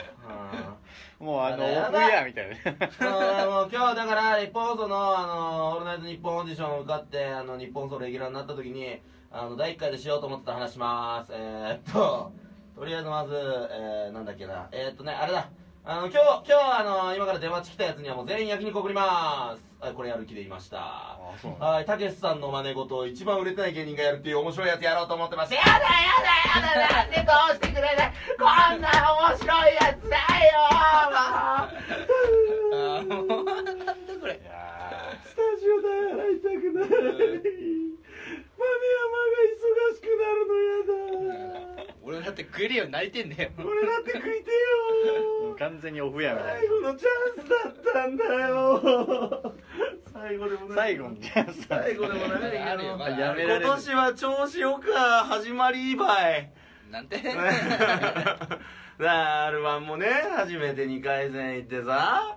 [SPEAKER 3] もうあのオ
[SPEAKER 5] やだ
[SPEAKER 3] フエアみたいな
[SPEAKER 5] あーもう今日だから日本放送の「あのオールナイトニッポン」オーディションを受かってあの日本放送レギュラーになった時にあの第1回でしようと思ってた話しますえー、っととりあえずまず、えー、なんだっけなえー、っとねあれだあの今日今日あの今から電話来たやつにはもう全員焼肉送りますあこれやる気で言いました
[SPEAKER 3] そう
[SPEAKER 5] はいたけしさんの真似事を一番売れてない芸人がやるっていう面白いやつやろうと思ってましたやだやだやだなんでどうしてくれないこんな面白いやつだよもう
[SPEAKER 6] あーもうなんだこれ
[SPEAKER 3] いや
[SPEAKER 5] スタジオで洗いたくない。豆山が忙しくなるのやだ。
[SPEAKER 6] 俺だって食えるようになりてんだよ
[SPEAKER 5] 俺だって食いて
[SPEAKER 3] ーも
[SPEAKER 5] よ
[SPEAKER 3] う。完全にオフエアみたい
[SPEAKER 5] 最後のチャンスだったんだよ。最後でも
[SPEAKER 3] な
[SPEAKER 5] ない。
[SPEAKER 3] 最後にじゃあさ
[SPEAKER 5] 最後でも
[SPEAKER 6] ま
[SPEAKER 5] ない
[SPEAKER 6] だ あるよまだ
[SPEAKER 3] や
[SPEAKER 6] あ
[SPEAKER 3] め
[SPEAKER 6] る
[SPEAKER 3] られ
[SPEAKER 5] 今
[SPEAKER 3] る
[SPEAKER 5] 年は調子よく始まりばい。
[SPEAKER 6] なん て
[SPEAKER 5] なあ R1 もね初めて2回戦行ってさ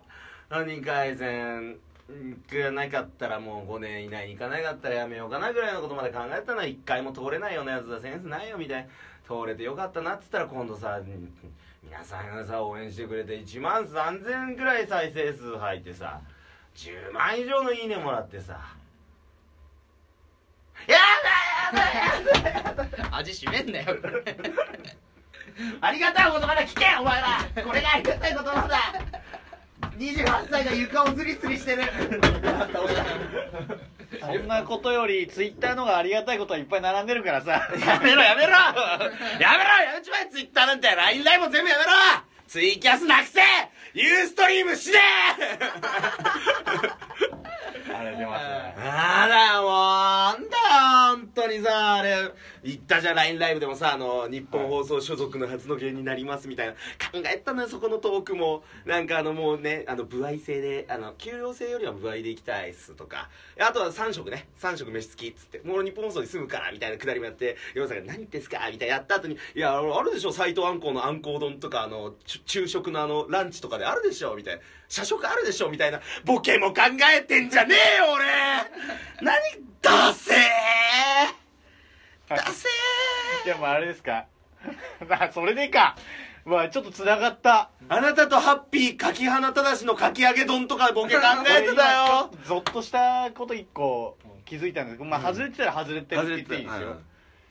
[SPEAKER 5] 2回戦行かなかったらもう5年以内に行かなかったらやめようかなぐらいのことまで考えてたのは1回も通れないようなやつだセンスないよみたいな通れてよかったなっつったら今度さ皆さんがさ応援してくれて1万3000ぐらい再生数入ってさ10万以上の「いいね」もらってさ「やだやだやだ!」
[SPEAKER 6] 味しめんなよ
[SPEAKER 5] ありがたいことから聞けお前らこれがありがたいことなんだ28歳が床をスリスリ してる
[SPEAKER 3] そんなことよりツイッターのがありがたいことはいっぱい並んでるからさ
[SPEAKER 5] やめろやめろやめろやめちまえツイッターなんて LINE ライブも全部やめろツイキャスなくせユーストリームしね
[SPEAKER 3] あれ出ますね
[SPEAKER 5] あらもうなんだよ本当にさあれ言ったじゃん LINE ライブでもさあの日本放送所属の初の芸人になりますみたいな考えたのよそこのトークもなんかあのもうねあの歩合制であの給料制よりは歩合でいきたいっすとかあとは3食ね3食飯付きっつってもう日本放送に住むからみたいなくだりもやってヨウさんが「何言ってんすか?」みたいなやった後に「いやあるでしょ斎藤あんこうのあんこう丼とかあのちゅ昼食のあのランチとかであるでしょ」みたいな「社食あるでしょ」みたいなボケも考えてんじゃねえよ俺何ダセーダセー
[SPEAKER 3] でもあれですか あそれでかまあちょっとつながった
[SPEAKER 5] あなたとハッピー柿花正のかき揚げ丼とかボケ考えてた
[SPEAKER 3] 俺今ちょっ
[SPEAKER 5] よ
[SPEAKER 3] とゾッとしたこと一個気づいたんですけどまあ外れてたら外れてるって言っていいですよ、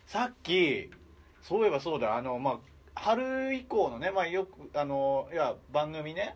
[SPEAKER 3] さっきそういえばそうだあのまあ春以降のねまあよくあのいや番組ね、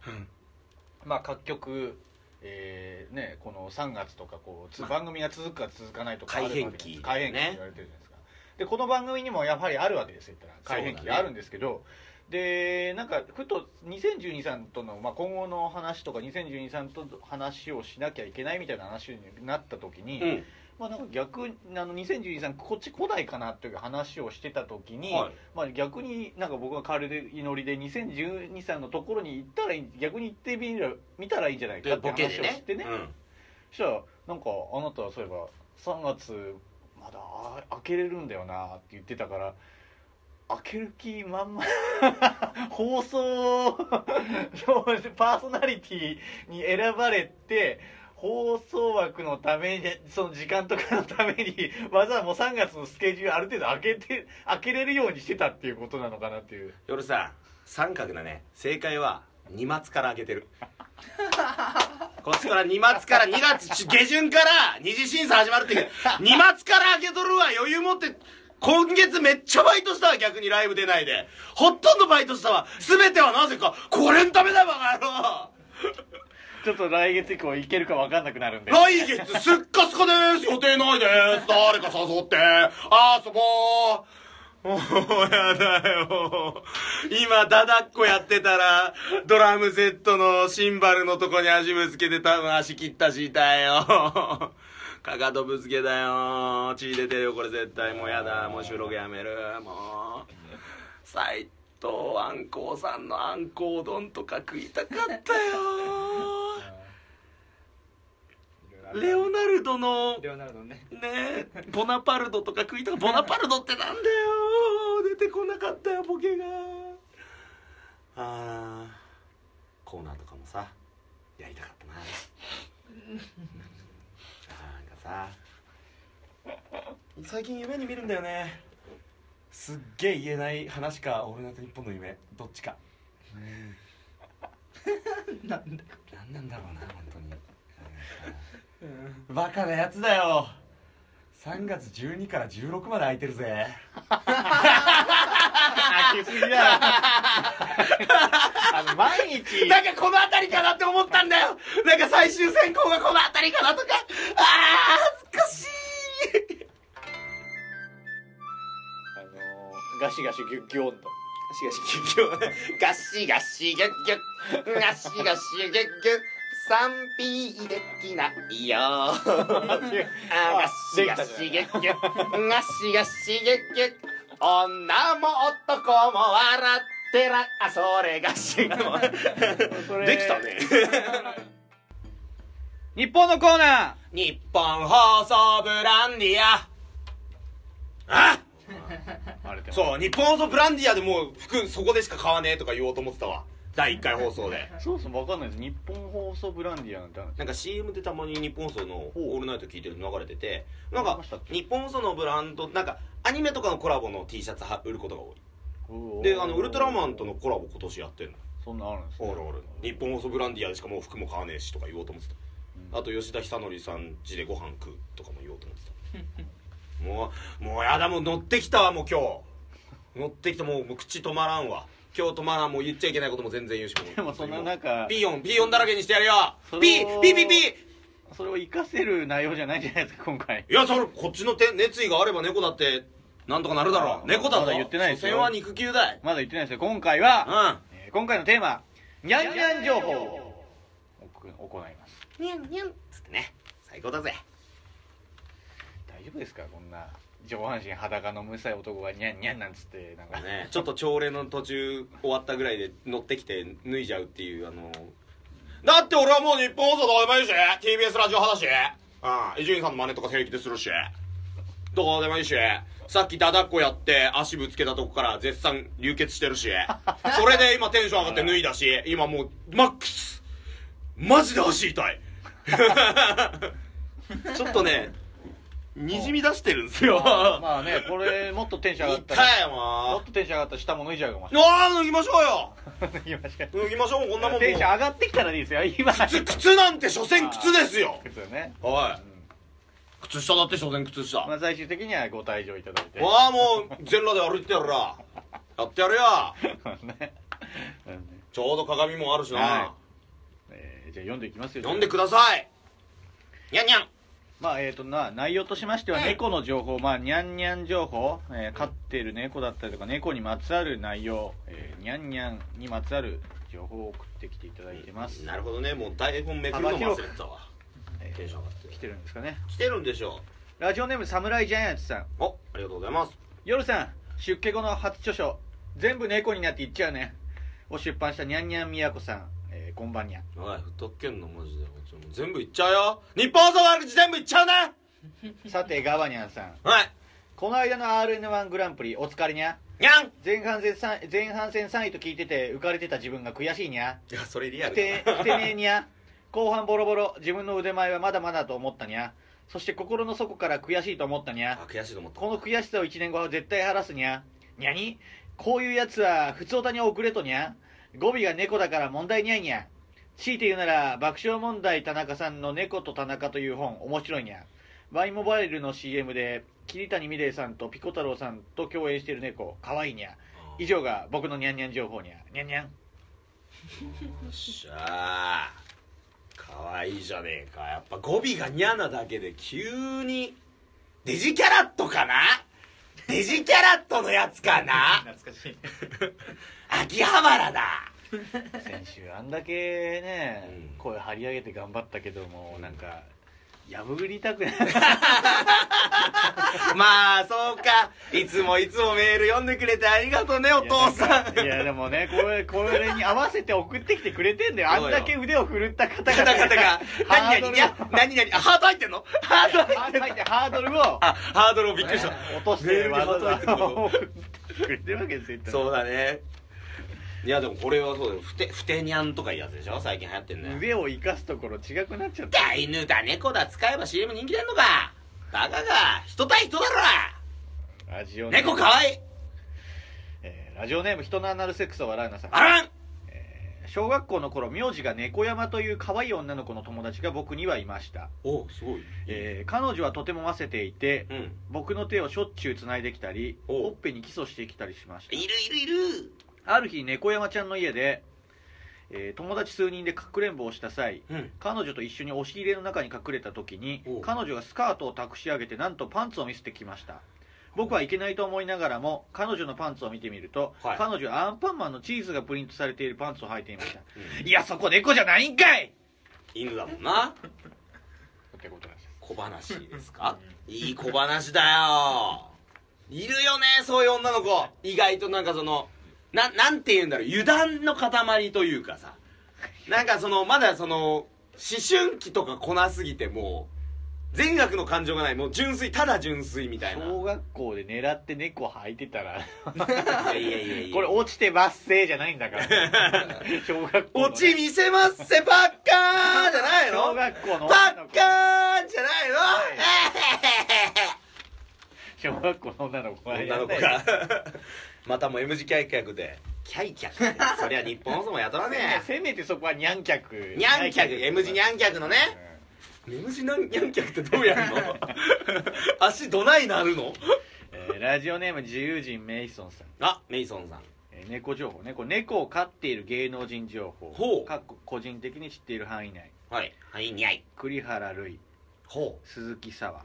[SPEAKER 3] まあ各局えーね、この3月とかこうつ番組が続くか続かないとかあるわけじゃないですか
[SPEAKER 5] 改
[SPEAKER 3] 改
[SPEAKER 5] 変
[SPEAKER 3] 変
[SPEAKER 5] 期
[SPEAKER 3] 期っ
[SPEAKER 5] ね
[SPEAKER 3] て言われてるじゃないですか、でこの番組にもやはりあるわけですよ言ったら改変期があるんですけど、でなんかふと2012さんとの、まあ、今後の話とか2012さんと話をしなきゃいけないみたいな話になった時に、
[SPEAKER 5] うん
[SPEAKER 3] まあ、なんか逆にあの2012さんこっち来ないかなという話をしてた時に、
[SPEAKER 5] はい
[SPEAKER 3] まあ、逆になんか僕が軽い祈りで2012さんのところに行ったらいい逆に行ってみる見たらいいんじゃないかって
[SPEAKER 5] ボケ
[SPEAKER 3] 話を
[SPEAKER 5] で
[SPEAKER 3] し
[SPEAKER 5] ね
[SPEAKER 3] てねそしたらなんかあなたはそういえば3月まだあ開けれるんだよなって言ってたから開ける気まんま 放送パーソナリティに選ばれて放送枠のためにその時間とかのためにわざわざもう3月のスケジュールある程度開けて開けれるようにしてたっていうことなのかなっていう
[SPEAKER 5] 夜さ三角だね正解は2月から開けてるこっちから2月から2月下旬から二次審査始まるって言うけど2月から開けとるわ余裕持って今月めっちゃバイトしたわ逆にライブ出ないでほとんどバイトしたわ全てはなぜかこれんためだバカ野郎
[SPEAKER 3] ちょっと来月以降いけるか分かんなくなるんで
[SPEAKER 2] 来月すっかすかです予定ないです誰か誘って遊ぼうもうやだよ今ダダっこやってたらドラムセットのシンバルのとこに足ぶつけて多分足切ったし痛いよ かかとぶつけだよ血出てるよこれ絶対もうやだもう収録やめるもう斎藤あんこうさんのあんこう丼とか食いたかったよレオナルドの
[SPEAKER 4] レオナルドね
[SPEAKER 2] ねえボナパルドとか食いたかボナパルドってなんだよ出てこなかったよボケがあーコーナーとかもさやりたかったななんかさ最近夢に見るんだよねすっげえ言えない話か「オールナイトニッポン」の夢どっちかなんだなんなんだろうな本当になんかバカなやつだよ3月12から16まで空いてるぜ
[SPEAKER 3] 開けすぎだ あの毎日
[SPEAKER 2] なんかこの辺りかなって思ったんだよなんか最終選考がこの辺りかなとかああ恥ずかしい
[SPEAKER 3] あのーガシガシギュッギョンと
[SPEAKER 2] しかし結局ガシガシギュッギュッガシガシギュッギュッ賛否できないよあガシガシギュッギュッガシガシギュッギュッ女も男も笑ってらあそれがしできたね
[SPEAKER 3] 日本のコーナー
[SPEAKER 2] 日本放送ブランディアあ
[SPEAKER 3] あれでも
[SPEAKER 2] そう日本放送ブランディアでもう服そこでしか買わねえとか言おうと思ってたわ第1回放送で
[SPEAKER 3] そもそも分かんないです日本放送ブランディアなんてあるんです
[SPEAKER 2] なんか CM でたまに日本放送の「オールナイト」聞いてるの流れててなん
[SPEAKER 3] あり
[SPEAKER 2] か
[SPEAKER 3] ましたっけ
[SPEAKER 2] 日本放送のブランドなんかアニメとかのコラボの T シャツは売ることが多いであのウルトラマンとのコラボ今年やってるの
[SPEAKER 3] そんなあるんですね
[SPEAKER 2] あるある日本放送ブランディアでしかもう服も買わねえしとか言おうと思ってたあと吉田久典さん家でご飯食うとかも言おうと思ってたもうもうやだもう乗ってきたわもう今日乗ってきたもうもう口止まらんわ今日止まらんもう言っちゃいけないことも全然言うしもう
[SPEAKER 3] でもそんな中
[SPEAKER 2] ピーヨンピーヨンだらけにしてやるよ
[SPEAKER 3] それを
[SPEAKER 2] ピーピーピーピー
[SPEAKER 3] それを活かせる内容じゃないじゃないですか今回
[SPEAKER 2] いやそれこっちの手熱意があれば猫だってなんとかなるだろ
[SPEAKER 3] あ
[SPEAKER 2] う猫だぞ
[SPEAKER 3] まだ言ってないですよ
[SPEAKER 2] 所詮は肉球だい
[SPEAKER 3] まだ言ってないですよ今回
[SPEAKER 2] う
[SPEAKER 3] は、
[SPEAKER 2] ん
[SPEAKER 3] えー今回のテーマニャンニャン情報を行います
[SPEAKER 2] ニャンニャンつってね最高だぜ
[SPEAKER 3] 大丈夫ですかこんな上半身裸のむさい男がニャンニャンなんつってなんか
[SPEAKER 2] ね ちょっと朝礼の途中終わったぐらいで乗ってきて脱いじゃうっていうあのだって俺はもう日本放送どうでもいいし TBS ラジオ派だしうん伊集院さんの真似とか平気でするしどうでもいいしさっきダダっこやって足ぶつけたとこから絶賛流血してる しそれで今テンション上がって脱いだし今もうマックスマジで足痛 いちょっとねにじみ出してるんですよ
[SPEAKER 3] まあまあねこれもっとテンション上がったら
[SPEAKER 2] 痛い
[SPEAKER 3] も
[SPEAKER 2] も
[SPEAKER 3] っとテンション上がったら下も脱いじゃうかもし
[SPEAKER 2] うああ脱ぎましょうよ
[SPEAKER 3] れない確かに
[SPEAKER 2] 脱ぎましょうこんなもんもう
[SPEAKER 3] テンション上がってきたらでいいですよ 今
[SPEAKER 2] 靴靴なんて所詮靴ですよ
[SPEAKER 3] ですよね、
[SPEAKER 2] は
[SPEAKER 3] う
[SPEAKER 2] い
[SPEAKER 3] ん
[SPEAKER 2] 靴下だって所詮靴下
[SPEAKER 3] ま
[SPEAKER 2] あ
[SPEAKER 3] あ、最終的にはご退場いただいて
[SPEAKER 2] あもう全裸で歩いてやるらやってやるよ
[SPEAKER 3] ねうん
[SPEAKER 2] ちょうど鏡もあるしな
[SPEAKER 3] はえーじゃあ読んでいきますよ
[SPEAKER 2] 読んでくださいにゃんにゃん
[SPEAKER 3] まあえー、とな内容としましては猫の情報、まあ、にゃんにゃん情報、えー飼っている猫だったりとか猫にまつわる内容、えーにゃんにゃんにまつわる情報を送ってきていただいてます、
[SPEAKER 2] なるほどねもう台本めくるのも忘れてたわ
[SPEAKER 3] え
[SPEAKER 2] テンション上がっ
[SPEAKER 3] ー来
[SPEAKER 2] て
[SPEAKER 3] てるんですかね
[SPEAKER 2] 来てるんでしょ
[SPEAKER 3] ラジオネームサムライジャイアンツさん
[SPEAKER 2] うおありがとうございます
[SPEAKER 3] 夜さん出家後の初著書「全部猫になっていっちゃうね」を出版したにゃんにゃんみやこさん、えーこんばんにゃ
[SPEAKER 2] おいふっとけんのマジでこっちも全部いっちゃうよ日本放送悪口全部いっちゃうね
[SPEAKER 3] さてガバニャンさん
[SPEAKER 2] はい
[SPEAKER 3] この間の RN1 グランプリお疲れにゃ
[SPEAKER 2] にゃん
[SPEAKER 3] 前半戦さん前半戦3位と聞いてて浮かれてた自分が悔しいにゃ
[SPEAKER 2] いやそれリア
[SPEAKER 3] ふてふてねえにゃ後半ボロボロ自分の腕前はまだまだと思ったにゃそして心の底から悔しいと思ったにゃ
[SPEAKER 2] あ悔しいと思った
[SPEAKER 3] この悔しさを1年後は絶対晴らすにゃにゃにこういうやつは普通歌に遅れとにゃ語尾が猫だから問題にゃいにゃ強いて言うなら爆笑問題田中さんの「猫と田中」という本面白いにゃワインモバイルの CM で桐谷美玲さんとピコ太郎さんと共演している猫かわいいにゃ以上が僕のにゃんにゃん情報にゃにゃんにゃん
[SPEAKER 2] よっしゃ
[SPEAKER 5] 可愛いじゃねえかやっぱ語尾がニャなだけで急にデジキャラットかなデジキャラットのやつかな
[SPEAKER 6] 懐かしいね
[SPEAKER 5] 秋葉原だ
[SPEAKER 3] 先週あんだけね、
[SPEAKER 5] うん
[SPEAKER 3] 声張り上げて頑張ったけどもなんか破りたくない
[SPEAKER 5] まあそうかいつもいつもメール読んでくれてありがとうねお父さん
[SPEAKER 3] いやでもねこれこれに合わせて送ってきてくれてんだよあんだけ腕を振るった方々
[SPEAKER 5] 方 々が
[SPEAKER 3] ハ
[SPEAKER 5] 何
[SPEAKER 3] ード
[SPEAKER 5] 々
[SPEAKER 3] ル
[SPEAKER 5] にゃ何々あハート入ってんのハート入ってんの
[SPEAKER 3] 入ってハードルを
[SPEAKER 5] あハードルをびっくりした
[SPEAKER 3] 落としてわざわざ送ってくれてるわけですよう
[SPEAKER 5] そうだねいやでもこれはそうだよふてふてにゃんとかいうやつでしょ最近流行ってんのよ
[SPEAKER 3] 腕を生かすところ違くなっちゃった
[SPEAKER 5] だ犬だ猫だ使えば CM 人気出んのかバカが人対人だろ
[SPEAKER 3] ラジオネーム
[SPEAKER 5] 猫かわいい
[SPEAKER 3] えーラジオネーム人のアナルセックスを笑うなさん
[SPEAKER 5] あらん
[SPEAKER 3] 小学校の頃名字が猫山という可愛い女の子の友達が僕にはいました、
[SPEAKER 5] おすごい
[SPEAKER 3] えー彼女はとてもませていて
[SPEAKER 5] うん
[SPEAKER 3] 僕の手をしょっちゅうつないできたり
[SPEAKER 5] おう
[SPEAKER 3] ほっぺにキスをしてきたりしました
[SPEAKER 5] いるいるいる
[SPEAKER 3] ある日猫山ちゃんの家で、えー友達数人でかくれんぼをした際
[SPEAKER 5] うん
[SPEAKER 3] 彼女と一緒に押し入れの中に隠れた時に
[SPEAKER 5] おう
[SPEAKER 3] 彼女がスカートを託し上げてなんとパンツを見せてきました僕はいけないと思いながらも彼女のパンツを見てみると、
[SPEAKER 5] はい
[SPEAKER 3] 彼女はアンパンマンのチーズがプリントされているパンツを履いていました、いやそこ猫じゃないんかい
[SPEAKER 5] 犬だもんな
[SPEAKER 3] ってことなんです
[SPEAKER 5] 小話ですかいい小話だよいるよねそういう女の子意外となんかそのななんて言うんだろう油断の塊というかさなんかそのまだその思春期とか来なすぎてもう善悪の感情がないもう純粋ただ純粋みたいな
[SPEAKER 3] 小学校で狙って猫履いてたら
[SPEAKER 5] いやいやいやいや
[SPEAKER 3] これ落ちてますせーじゃないんだから 小学校のね
[SPEAKER 5] 落ち見せますせばっかーじゃないの
[SPEAKER 3] 小学校の
[SPEAKER 5] ば
[SPEAKER 3] 女の
[SPEAKER 5] っ
[SPEAKER 3] 子
[SPEAKER 5] かーじゃないの
[SPEAKER 3] 小学校の女の子は
[SPEAKER 5] 女
[SPEAKER 3] や
[SPEAKER 5] の
[SPEAKER 3] んな
[SPEAKER 5] 子
[SPEAKER 3] い
[SPEAKER 5] がまたもう M 字キャイ客でキャイ客 ってそりゃ日本放送も雇わねえ
[SPEAKER 3] せめてそこはニャン客
[SPEAKER 5] ニャン客 M 字ニャン客のね
[SPEAKER 3] うん
[SPEAKER 5] M 字ニャン客ってどうやるの 足どないなるの
[SPEAKER 3] えーラジオネーム自由人メイソンさん、
[SPEAKER 5] あメイソンさん
[SPEAKER 3] えー猫情報ねこれ猫を飼っている芸能人情報
[SPEAKER 5] ほう
[SPEAKER 3] かっこ個人的に知っている範囲内
[SPEAKER 5] はいはいにゃい
[SPEAKER 3] 栗原類
[SPEAKER 5] ほう
[SPEAKER 3] 鈴木沙和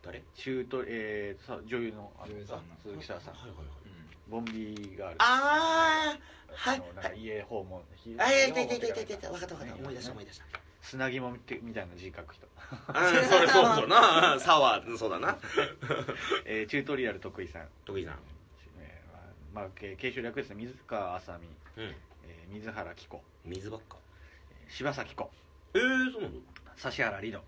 [SPEAKER 5] 誰
[SPEAKER 3] 中途、えーさ、女優のあの
[SPEAKER 4] 女優さんの
[SPEAKER 3] 鈴木沙和さん
[SPEAKER 5] はいはいはい
[SPEAKER 3] ボンビーガール
[SPEAKER 5] あーは
[SPEAKER 3] あ
[SPEAKER 5] い
[SPEAKER 3] のなんか家訪問
[SPEAKER 5] あいたいたいたいたいた分かった分かった
[SPEAKER 3] ね
[SPEAKER 5] 思い出した思い出した
[SPEAKER 3] 砂肝みてみたいな字書く人、
[SPEAKER 5] うん それそうそうなサワーそうだな
[SPEAKER 3] えー、チュートリアル得意さん、
[SPEAKER 5] 徳井さん
[SPEAKER 3] えーまあまあ、け継承略ですね水川あさみ、
[SPEAKER 5] うん
[SPEAKER 3] えー水原希子
[SPEAKER 5] 水ばっか
[SPEAKER 3] 柴咲コ
[SPEAKER 5] ええー、そうなの
[SPEAKER 3] 指原莉乃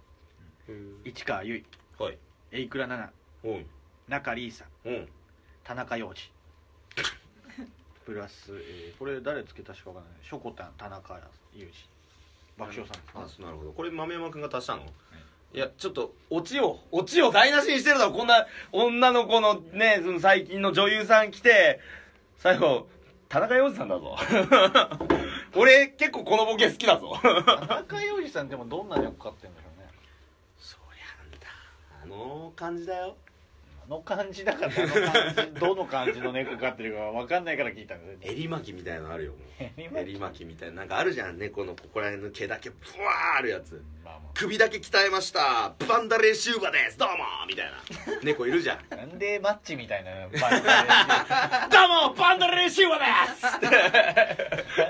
[SPEAKER 3] 市川由衣
[SPEAKER 5] はい
[SPEAKER 3] 榮倉奈々
[SPEAKER 5] うん
[SPEAKER 3] 中里依紗
[SPEAKER 5] うん
[SPEAKER 3] 田中陽次プラス、えーこれ誰つけたしかわからないしょこたん田中裕二爆笑さん
[SPEAKER 5] あなるほどこれ豆山君が足したの、い、やちょっとオチをオチを台無しにしてるだろこんな女の子のねその最近の女優さん来て最後田中洋次さんだぞ 俺結構このボケ好きだぞそりゃなんだ
[SPEAKER 3] 田中裕二さんでもどんな役かってんだろうね
[SPEAKER 5] あの感じだよ
[SPEAKER 3] あの感じだからあの感じどの感じの猫飼ってるかわかんないから聞いたんだよね
[SPEAKER 5] 襟巻きみたいなのあるよもう
[SPEAKER 3] 襟巻き
[SPEAKER 5] 襟巻きみたいななんかあるじゃん猫のここら辺の毛だけブワーあるやつ
[SPEAKER 3] まあま
[SPEAKER 5] 首だけ鍛えましたバンダレーシューバですどうもみたいな猫いるじゃん
[SPEAKER 3] あなんでマッチみたいなバイ
[SPEAKER 5] どうもバンドレシーバーです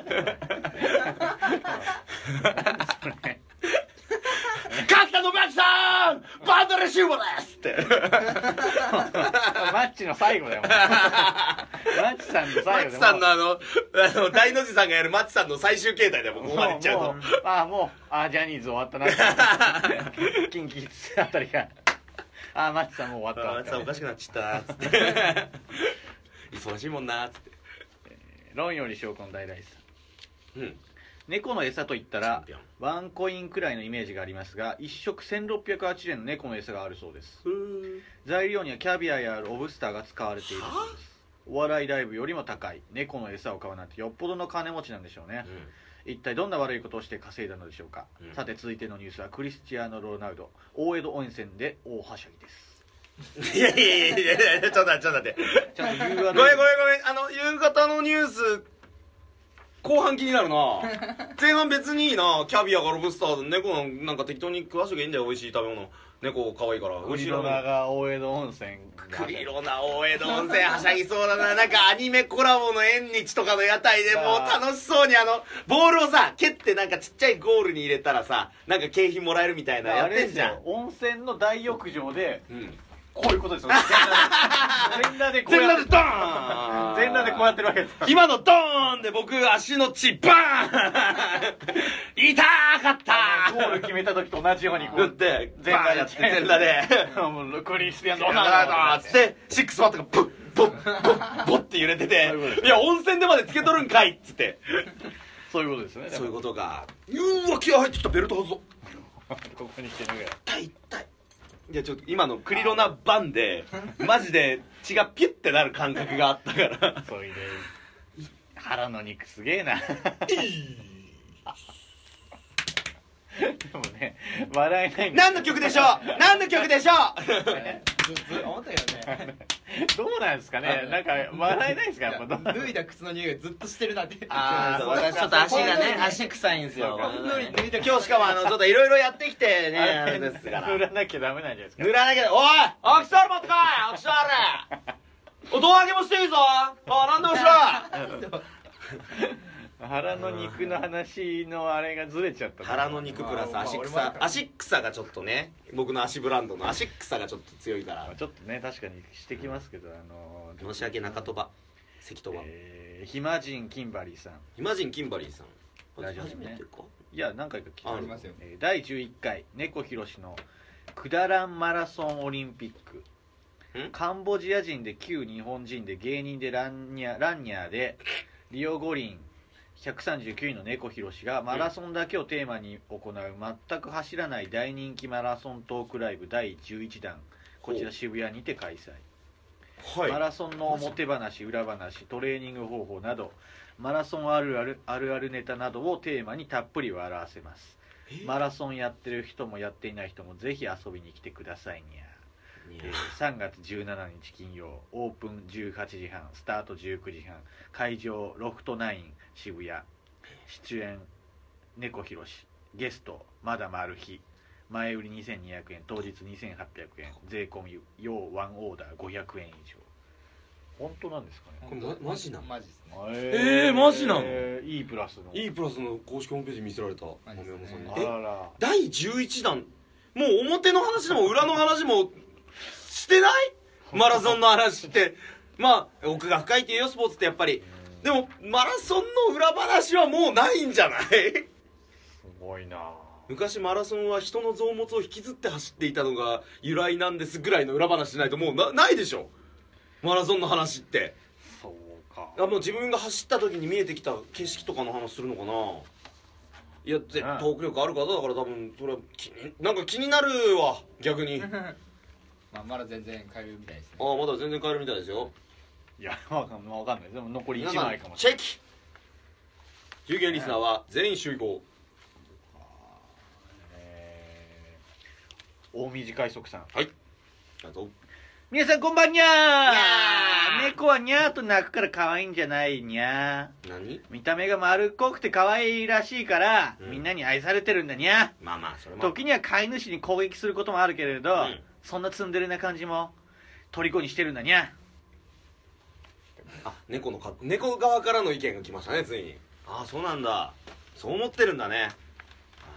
[SPEAKER 5] 角田信明さんバンドレシーバーですって
[SPEAKER 3] マッチの最後だよもうマッチさんの
[SPEAKER 5] マ
[SPEAKER 3] 最後
[SPEAKER 5] ッ
[SPEAKER 3] で
[SPEAKER 5] チさんのあのあの大の字さんがやるマッチさんの最終形態でもうここまでいっちゃう
[SPEAKER 3] も
[SPEAKER 5] と
[SPEAKER 3] うああもうああジャニーズ終わったな 近畿あたりがああマッチさんもう終
[SPEAKER 5] あ
[SPEAKER 3] わ
[SPEAKER 5] マッ
[SPEAKER 3] っ
[SPEAKER 5] チ
[SPEAKER 3] た
[SPEAKER 5] さん
[SPEAKER 3] わ
[SPEAKER 5] おかしくなっち ゃったつって忙しいもんなつって
[SPEAKER 3] 論より証拠の大来さん
[SPEAKER 5] うん
[SPEAKER 3] 猫の餌といったら
[SPEAKER 5] チャンピオン
[SPEAKER 3] ワンコインくらいのイメージがありますが一食1608円の猫の餌があるそうです材料にはキャビアやロブスターが使われているそうですお笑いライブよりも高い猫の餌を買うなんてよっぽどの金持ちなんでしょうね、一体どんな悪いことをして稼いだのでしょうか、
[SPEAKER 5] うん
[SPEAKER 3] さて続いてのニュースはクリスチアーノ・ロナウド大江戸温泉で大はしゃぎです
[SPEAKER 5] いやいやいやいやちょっと待ってちょっと待って
[SPEAKER 3] ちゃんと
[SPEAKER 5] ご
[SPEAKER 3] URL
[SPEAKER 5] めんごめんごめんあの夕方のニュース
[SPEAKER 2] 後半気になる な前半別にいいなキャビアがロブスターで猫のなんか適当に食わしときゃいいんだよ美味しい食べ物猫可愛いから美
[SPEAKER 3] ウ
[SPEAKER 2] 味し
[SPEAKER 3] リ
[SPEAKER 2] い
[SPEAKER 3] ロナ
[SPEAKER 2] な
[SPEAKER 3] が大江戸温泉が
[SPEAKER 2] クリロナ大江戸温泉はしゃぎそうだ ななんかアニメコラボの縁日とかの屋台でもう楽しそうにあのボールをさ蹴ってなんかちっちゃいゴールに入れたらさなんか景品もらえるみたいなや
[SPEAKER 3] あ
[SPEAKER 2] っ
[SPEAKER 3] れ
[SPEAKER 2] て
[SPEAKER 3] で
[SPEAKER 2] ん
[SPEAKER 3] す
[SPEAKER 2] じゃ
[SPEAKER 3] よ
[SPEAKER 2] ん
[SPEAKER 3] 温泉の大浴場で
[SPEAKER 2] うん
[SPEAKER 3] こういうことですよ全裸で全裸でこう
[SPEAKER 2] 全裸
[SPEAKER 3] やって
[SPEAKER 2] でドーン
[SPEAKER 3] 全裸でこうやってるわけですよ
[SPEAKER 2] 今のドーンで僕足の血バーン痛かった
[SPEAKER 3] あのゴール決めた時と同じようにこ
[SPEAKER 2] 打っ
[SPEAKER 3] う
[SPEAKER 2] て
[SPEAKER 3] 全裸
[SPEAKER 2] バーン
[SPEAKER 3] で
[SPEAKER 2] やって全裸で
[SPEAKER 3] もうクリスティアン・
[SPEAKER 2] ド
[SPEAKER 3] ロ
[SPEAKER 2] ナーだ
[SPEAKER 3] ナウ
[SPEAKER 2] っつってシックスバットがブッボッボッボッって揺れてて「いや温泉でまでつけとるんかい」っつって
[SPEAKER 3] ドそういうことですよね
[SPEAKER 2] そういうことかうわ気合入ってきたベルト外そう
[SPEAKER 3] とここに来てるぐらい
[SPEAKER 2] 痛い痛いいやちょっと今のクリロナ版でマジで血がピュッてなる感覚があったから
[SPEAKER 3] そいで腹の肉すげえなでもね笑えないんだ
[SPEAKER 2] 何の曲でしょう何の曲でしょう
[SPEAKER 4] ずず思ったよ ね
[SPEAKER 3] どうなんですかねなんか笑えないですか やっぱどう
[SPEAKER 4] 脱いだ靴の匂いずっとしてるなって
[SPEAKER 2] あーそう
[SPEAKER 4] だ
[SPEAKER 2] 私ちょっと足がね
[SPEAKER 4] 足
[SPEAKER 2] 臭いんです
[SPEAKER 3] よ
[SPEAKER 2] 今日しかもあのちょっといろいろやってきてねあれです から
[SPEAKER 3] 塗らなきゃダメなんじゃないですか
[SPEAKER 2] 塗らなきゃおいアクション持ってこいアクションお胴上げもしていいぞあなんでもしろ
[SPEAKER 3] 腹の肉の話のあれがずれちゃった
[SPEAKER 2] 腹の肉プラス足草足草がちょっとね僕の足ブランドの足草がちょっと強いから
[SPEAKER 3] まあちょっとね確かにしてきますけどあの
[SPEAKER 2] 申し訳中戸場関戸場
[SPEAKER 3] えー暇人キンバリーさん
[SPEAKER 2] イマジン・キンバリーさん
[SPEAKER 3] ラジオで
[SPEAKER 2] 初
[SPEAKER 3] す
[SPEAKER 2] め
[SPEAKER 3] ね
[SPEAKER 2] てか
[SPEAKER 3] いや何回か聞いた
[SPEAKER 2] あ
[SPEAKER 4] りますよ
[SPEAKER 3] えー第11回猫ひろしのくだらんマラソンオリンピック
[SPEAKER 2] ん
[SPEAKER 3] カンボジア人で旧日本人で芸人でランニャランニャーでリオ五輪139位の猫ひろしがマラソンだけをテーマに行う全く走らない大人気マラソントークライブ第11弾こちら渋谷にて開催マ
[SPEAKER 2] はい
[SPEAKER 3] ラソンの表話裏話トレーニング方法などマラソンあるあるあるあるネタなどをテーマにたっぷり笑わせますマラソンやってる人もやっていない人もぜひ遊びに来てくださいにゃえー3月17日金曜オープン18時半スタート19時半会場ロフト9渋谷出演猫ひろしゲストまだマルヒ前売り2200円当日2800円税込み要ワンオーダー500円以上本当なんですかね
[SPEAKER 2] これまマジなの
[SPEAKER 4] マジですね
[SPEAKER 2] えーマジなの
[SPEAKER 3] えーいいプラスの
[SPEAKER 2] いいプラスの公式ホームページ見せられた豆山さんに
[SPEAKER 3] あ
[SPEAKER 2] え
[SPEAKER 3] らら
[SPEAKER 2] 第11弾もう表の話でも裏の話もしてないマラソンの話ってまあ奥が深いっていうよスポーツってやっぱりでもマラソンの裏話はもうないんじゃない
[SPEAKER 3] すごいなあ
[SPEAKER 2] 昔マラソンは人の臓物を引きずって走っていたのが由来なんですぐらいの裏話しないともうなないでしょマラソンの話って
[SPEAKER 3] そうか
[SPEAKER 2] あもう自分が走った時に見えてきた景色とかの話するのかないや絶
[SPEAKER 3] うん
[SPEAKER 2] 対トーク力ある方だから多分それは気になんか気になるわ逆 にあ
[SPEAKER 4] まあまだ全然通うみたいですね
[SPEAKER 2] あまだ全然買えるみたいですよ
[SPEAKER 3] いやわかんわかんないでも残り
[SPEAKER 2] 皆
[SPEAKER 3] 1
[SPEAKER 2] さん
[SPEAKER 3] 枚かもし
[SPEAKER 2] チ
[SPEAKER 3] れ
[SPEAKER 2] ェキ有限リスナーは全員集合
[SPEAKER 3] ないえー大水快速さん
[SPEAKER 2] あと
[SPEAKER 3] 皆さんこんばんにゃ
[SPEAKER 2] にゃ
[SPEAKER 3] ー
[SPEAKER 2] ー
[SPEAKER 3] 猫はにゃーと鳴くから可愛いんじゃないにゃ
[SPEAKER 2] 何
[SPEAKER 3] ー見た目が丸っこくて可愛いらしいから、
[SPEAKER 2] うん
[SPEAKER 3] みんなに愛されてるんだにゃ
[SPEAKER 2] まあまあそれ
[SPEAKER 3] ー
[SPEAKER 2] も
[SPEAKER 3] 時には飼い主に攻撃することもあるけれど、
[SPEAKER 2] うん
[SPEAKER 3] そんなツンデレな感じも虜にしてるんだにゃ
[SPEAKER 2] あ猫のか猫側からの意見が来ましたねついにああそうなんだそう思ってるんだねあ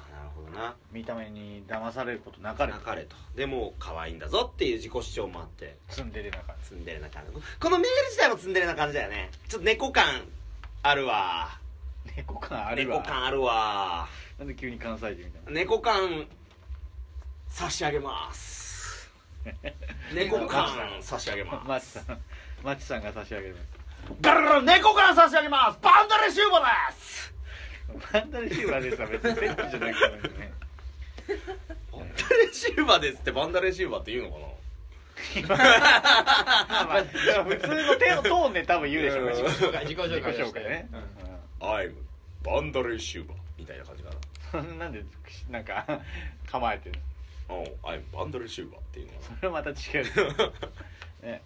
[SPEAKER 2] あなるほどな
[SPEAKER 3] 見た目に騙されることなかれ
[SPEAKER 2] 泣かれとでも可愛いんだぞっていう自己主張もあって
[SPEAKER 3] ツンデレな感
[SPEAKER 2] ツンデレな感じこのメール自体もツンデレな感じだよねちょっと猫感あるわ
[SPEAKER 3] じ猫感ある
[SPEAKER 2] 猫
[SPEAKER 3] わ
[SPEAKER 2] 感あるわ
[SPEAKER 3] なんで急に関西人みたいな
[SPEAKER 2] 猫感差し上げます猫感差し上げま
[SPEAKER 3] マッチさんマッチさんが差し上げます
[SPEAKER 2] すガラ猫感差し上げますバンダレシューバです
[SPEAKER 3] バンダレシーバーでさ別にセットじゃなくてもね
[SPEAKER 2] バンダレシューバですってバンダレシューバって言うのかな
[SPEAKER 3] まあ普通の手をトーンで多分言うでしょう
[SPEAKER 2] う
[SPEAKER 3] ね
[SPEAKER 2] ん
[SPEAKER 4] 自己紹介自己
[SPEAKER 3] 自
[SPEAKER 4] 紹
[SPEAKER 3] 己
[SPEAKER 4] 介
[SPEAKER 3] 紹介ね、
[SPEAKER 2] I'm バンダレシューバみたいな感じかな
[SPEAKER 3] うん、 なんでなんか構えてる
[SPEAKER 2] お I'm バンダレシューバっていうのか
[SPEAKER 3] それはまた違う、ね、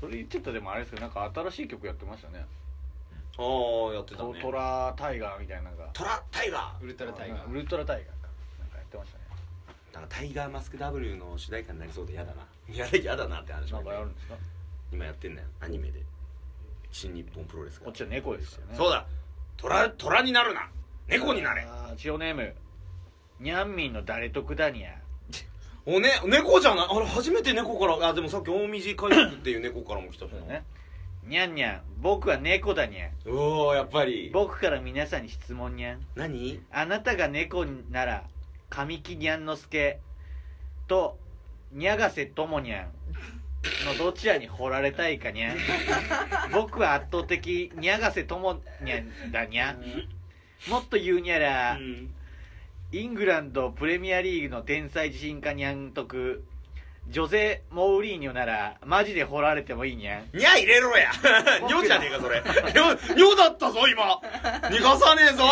[SPEAKER 3] それ言っちゃったらでもあれですけどなんか新しい曲やってましたね
[SPEAKER 2] ああやってた
[SPEAKER 3] ト
[SPEAKER 2] ね
[SPEAKER 3] トラタイガーみたいなのが
[SPEAKER 2] トラタイガ
[SPEAKER 6] ウルトラタイガー
[SPEAKER 3] ウルトラタイガーかなんかやってましたね
[SPEAKER 2] ーなんかタイガーマスク W の主題歌になりそうで嫌だなやだやだなって話
[SPEAKER 3] な
[SPEAKER 2] も
[SPEAKER 3] んかやるんですか
[SPEAKER 2] 今やってんだよアニメで新日本プロレスが
[SPEAKER 3] こっちは猫ですからね
[SPEAKER 2] そうだ虎虎になるな猫になれ
[SPEAKER 3] あージオネームニャンミンの誰得だにゃ
[SPEAKER 2] おね猫じゃないあれ初めて猫からあでもさっき大道海賊っていう猫からも来たしな
[SPEAKER 3] ねにゃんにゃん僕は猫だにゃん
[SPEAKER 2] うおーやっぱり
[SPEAKER 3] 僕から皆さんに質問にゃん
[SPEAKER 2] 何
[SPEAKER 3] あなたが猫なら神木にゃんのすけとにゃがせともにゃんのどちらに掘られたいかにゃん僕は圧倒的にゃがせともにゃんだにゃんもっと言うにゃら、
[SPEAKER 2] うん
[SPEAKER 3] イングランドプレミアリーグの天才自信家にゃんとくジョゼ・モウリーニョならマジで掘られてもいいにゃん
[SPEAKER 2] にゃ入れろ やにょじゃねえかそれにょにょだったぞ今逃がさねえぞ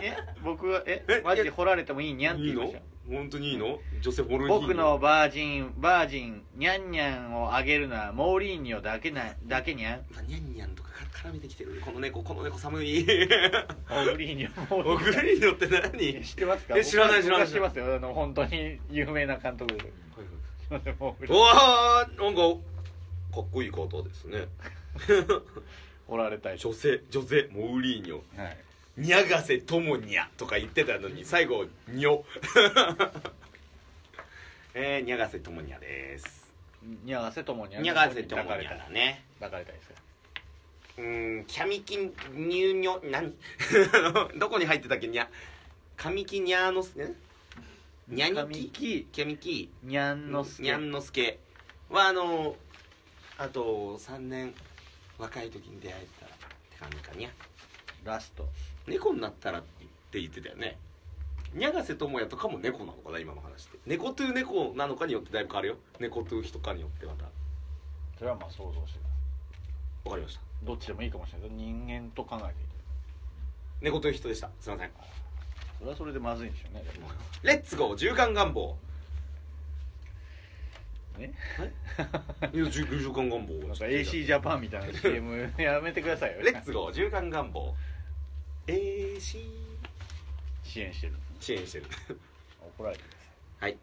[SPEAKER 3] にゃんえ僕はえ
[SPEAKER 2] え
[SPEAKER 3] マジで掘られてもいいにゃんっ
[SPEAKER 2] い
[SPEAKER 3] て言
[SPEAKER 2] い
[SPEAKER 3] いま
[SPEAKER 2] の
[SPEAKER 3] した
[SPEAKER 2] 本当にいいのジョセフォルヒーニ
[SPEAKER 3] 僕のバージンバージンにゃんにゃんをあげるのはモーリーニョだけなだけにゃん
[SPEAKER 2] まあにゃんにゃんとか絡めてきてるこの猫この猫寒い
[SPEAKER 3] モーリーニョモ
[SPEAKER 2] お
[SPEAKER 3] ーリ
[SPEAKER 2] ぐ
[SPEAKER 3] ー
[SPEAKER 2] りのって
[SPEAKER 3] ニョ
[SPEAKER 2] 何
[SPEAKER 3] 知ってますか
[SPEAKER 2] え知らない
[SPEAKER 3] 僕は
[SPEAKER 2] 知
[SPEAKER 3] 知って
[SPEAKER 2] らな
[SPEAKER 3] ま
[SPEAKER 2] い
[SPEAKER 3] すよあの本当に有名な監督ですすいませんモーリーニ
[SPEAKER 2] お
[SPEAKER 3] ョ
[SPEAKER 2] わーなんかかっこいい方ですね
[SPEAKER 3] 掘られたい
[SPEAKER 2] 女性女性モウリーニョ
[SPEAKER 3] はい
[SPEAKER 2] にゃがせともにゃとか言ってたのに最後にょ えー、にゃがせともにゃです
[SPEAKER 3] にゃがせともにゃん
[SPEAKER 2] にゃがせとも
[SPEAKER 3] 抱かれ
[SPEAKER 2] に
[SPEAKER 3] た
[SPEAKER 2] ゃ
[SPEAKER 3] い
[SPEAKER 2] だね
[SPEAKER 3] 抱かれたいですよ
[SPEAKER 2] うーんキャミキニューニョ何どこに入ってたっけにゃカミキニャーのすねにゃにき
[SPEAKER 3] キ
[SPEAKER 2] キャミキ
[SPEAKER 3] にゃんのす
[SPEAKER 2] に
[SPEAKER 3] け
[SPEAKER 2] ゃんのすけはあのあと3年若い時に出会えたらって感じかにゃ
[SPEAKER 3] ラスト
[SPEAKER 2] 猫になったらって言ってたよねにゃがせともやとかも猫なのかな今の話って猫という猫なのかによってだいぶ変わるよ猫という人かによってまた
[SPEAKER 3] それはまあ想像してた
[SPEAKER 2] わかりま した
[SPEAKER 3] どっちでもいいかもしれないけど人間と考えていい
[SPEAKER 2] 猫という人でしたすいません
[SPEAKER 3] それはそれでまずいんでしょうねでも
[SPEAKER 2] レッツゴー循環願望
[SPEAKER 3] ね
[SPEAKER 2] いや循循環願望
[SPEAKER 3] なんか AC ジャパンみたいな CM やめてくださいよ
[SPEAKER 2] レッツゴー循環願望 AC
[SPEAKER 3] 支援してる
[SPEAKER 2] 支援してる
[SPEAKER 3] 怒られてる
[SPEAKER 2] はい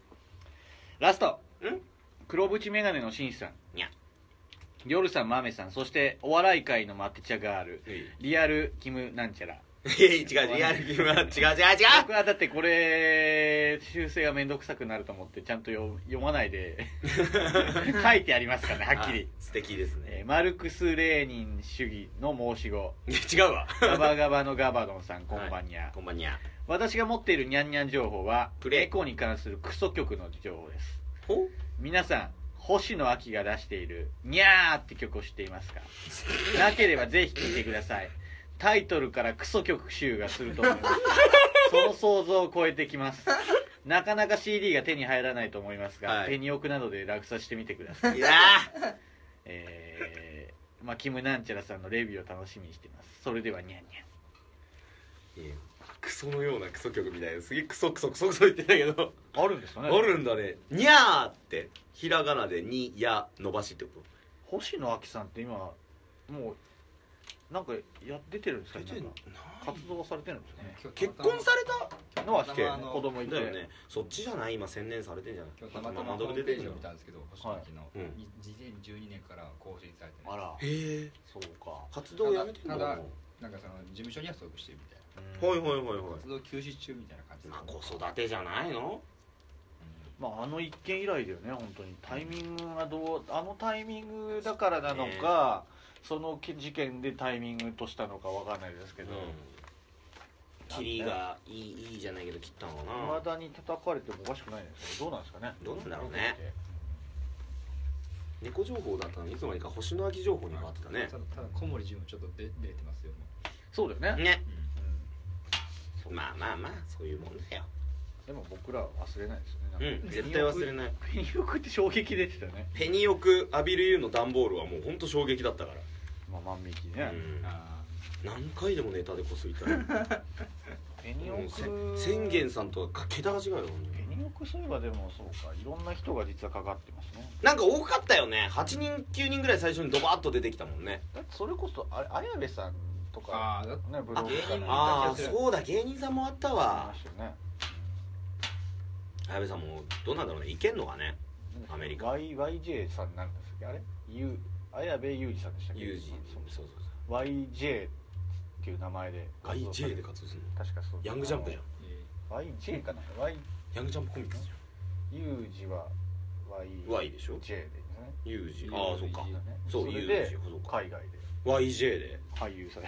[SPEAKER 3] ラスト
[SPEAKER 2] ん
[SPEAKER 3] 黒縁メガネの紳士さん
[SPEAKER 2] にゃ
[SPEAKER 3] 夜さんマメさんそしてお笑い界のマテチャガール
[SPEAKER 2] え
[SPEAKER 3] リアルキムなんちゃら
[SPEAKER 2] いやいや違 う違う違う違う違う
[SPEAKER 3] 僕はだってこれ修正が面倒くさくなると思ってちゃんと読読まな いで書いてありますからねはっきり
[SPEAKER 2] あ素敵ですね
[SPEAKER 3] えーマルクス・レーニン主義の申し子
[SPEAKER 2] いや違うわ
[SPEAKER 3] ガバガバのガバドンさんこんばんにゃ、
[SPEAKER 2] こんばんにゃ
[SPEAKER 3] 私が持っているニャンニャン情報は
[SPEAKER 2] プレイ
[SPEAKER 3] 猫に関するクソ曲の情報です
[SPEAKER 2] ほ
[SPEAKER 3] 皆さん星野亜紀が出している「ニャー」って曲を知っていますかなければぜひ聴いてくださいタイトルからクソ曲集がすると思いますその想像を超えてきますなかなか CD が手に入らないと思いますが、
[SPEAKER 2] はい
[SPEAKER 3] 手に置くなどで落札してみてください
[SPEAKER 2] いや
[SPEAKER 3] えーまあ、キムなんちゃらさんのレビューを楽しみにしていますそれではニャンニャン
[SPEAKER 2] いやクソのようなクソ曲みたいなすげえクソクソクソクソ言ってたけど
[SPEAKER 3] あるんですか
[SPEAKER 2] あ
[SPEAKER 3] ね
[SPEAKER 2] るんだね「にゃー」ってひらがなで「に」「や」伸ばしってこ
[SPEAKER 3] 星野亜紀さんって今もうなんかや出てるんです
[SPEAKER 2] と
[SPEAKER 3] かねなんか活動はされてるんですかね
[SPEAKER 2] 結婚され
[SPEAKER 3] のは聞け
[SPEAKER 4] たまたまあの
[SPEAKER 3] 子供い
[SPEAKER 2] た
[SPEAKER 3] て、
[SPEAKER 2] だよねそっちじゃない今専念されてんじゃない
[SPEAKER 4] 今日たまた
[SPEAKER 2] ま
[SPEAKER 4] ま
[SPEAKER 2] あ
[SPEAKER 4] ホームページを見
[SPEAKER 2] へ
[SPEAKER 4] たんですけど星野家の
[SPEAKER 2] いうん
[SPEAKER 4] に2012年から更新されて
[SPEAKER 3] あ
[SPEAKER 4] ない
[SPEAKER 3] ら
[SPEAKER 2] え
[SPEAKER 3] そうか
[SPEAKER 2] 活動やめてんだ
[SPEAKER 4] ただ
[SPEAKER 2] も
[SPEAKER 4] なんかその事務所には所属してるみたいな
[SPEAKER 2] うはい
[SPEAKER 3] い
[SPEAKER 2] はいはいはい
[SPEAKER 4] 活動休止中みたいな感じで
[SPEAKER 2] まあ子育てじゃないの
[SPEAKER 3] まああの一件以来だよね本当にタイミングがどうあのタイミングだからなのかその事件でタイミングとしたのかわかんないですけ
[SPEAKER 2] うん
[SPEAKER 3] ど
[SPEAKER 2] キリがいいいいじゃないけど切ったのか
[SPEAKER 3] い
[SPEAKER 2] な
[SPEAKER 3] まだに叩かれてもおかしくないですけどどうなんですかね
[SPEAKER 2] どうなんだろうね猫情報だったのにいつの間にか星の秋情報に変わってたね
[SPEAKER 4] ただただ小森純もちょっと出出れてますよも
[SPEAKER 3] そうだよね、
[SPEAKER 2] ね
[SPEAKER 3] うん
[SPEAKER 2] まあまあまあそういうもんだよ
[SPEAKER 3] でも僕らは忘れないですよねなん
[SPEAKER 2] う
[SPEAKER 3] か
[SPEAKER 2] ん絶対忘れない
[SPEAKER 3] ペニオクって衝撃でしたよね、
[SPEAKER 2] ペニオクアビルユーの段ボールはもう本当衝撃だったか
[SPEAKER 3] まあ、万引き
[SPEAKER 2] ら、
[SPEAKER 3] ね、
[SPEAKER 2] うん
[SPEAKER 4] うあ
[SPEAKER 2] 何回でもネタでこすいた ら
[SPEAKER 3] ペニオ
[SPEAKER 2] もうせ
[SPEAKER 3] ク
[SPEAKER 2] 宣言さんとはか桁が違うよ本当
[SPEAKER 3] ペ
[SPEAKER 2] に
[SPEAKER 3] ニオクそういえばでもそうかいろんな人が実はかかってますね
[SPEAKER 2] なんか多かったよね8人9人ぐらい最初にドバッと出てきたもんね
[SPEAKER 3] だってそれこそあれ綾部さんとか、
[SPEAKER 4] ああだって
[SPEAKER 3] ね、ブログ
[SPEAKER 4] 芸人
[SPEAKER 3] か
[SPEAKER 4] も
[SPEAKER 3] な
[SPEAKER 7] ああそうだ芸人さんもあったわ
[SPEAKER 3] ましたよね。
[SPEAKER 2] 綾部さんもどうなんだろうねいけんのかねアメリカ
[SPEAKER 3] Y YJ さんなんですっけあれゆ綾部裕二さんでしたっけ
[SPEAKER 2] ユージ
[SPEAKER 3] そう
[SPEAKER 2] そうそうそう
[SPEAKER 3] YJ っていう名前で活動され
[SPEAKER 2] IJ
[SPEAKER 3] て
[SPEAKER 2] で活動するの
[SPEAKER 3] 確かそう
[SPEAKER 2] ヤングジャンプじゃん
[SPEAKER 3] ゃん YJ かな Y
[SPEAKER 2] ヤングジャンプコミックスじ
[SPEAKER 3] 裕二は
[SPEAKER 2] ゃん Y でしょ
[SPEAKER 3] YJ でいいんです
[SPEAKER 2] ユージ
[SPEAKER 3] ね
[SPEAKER 2] ああそうか
[SPEAKER 3] ね
[SPEAKER 2] そう
[SPEAKER 3] それ
[SPEAKER 2] UJ
[SPEAKER 3] で
[SPEAKER 2] そうか
[SPEAKER 3] 海外で
[SPEAKER 2] YJ で
[SPEAKER 3] 俳優され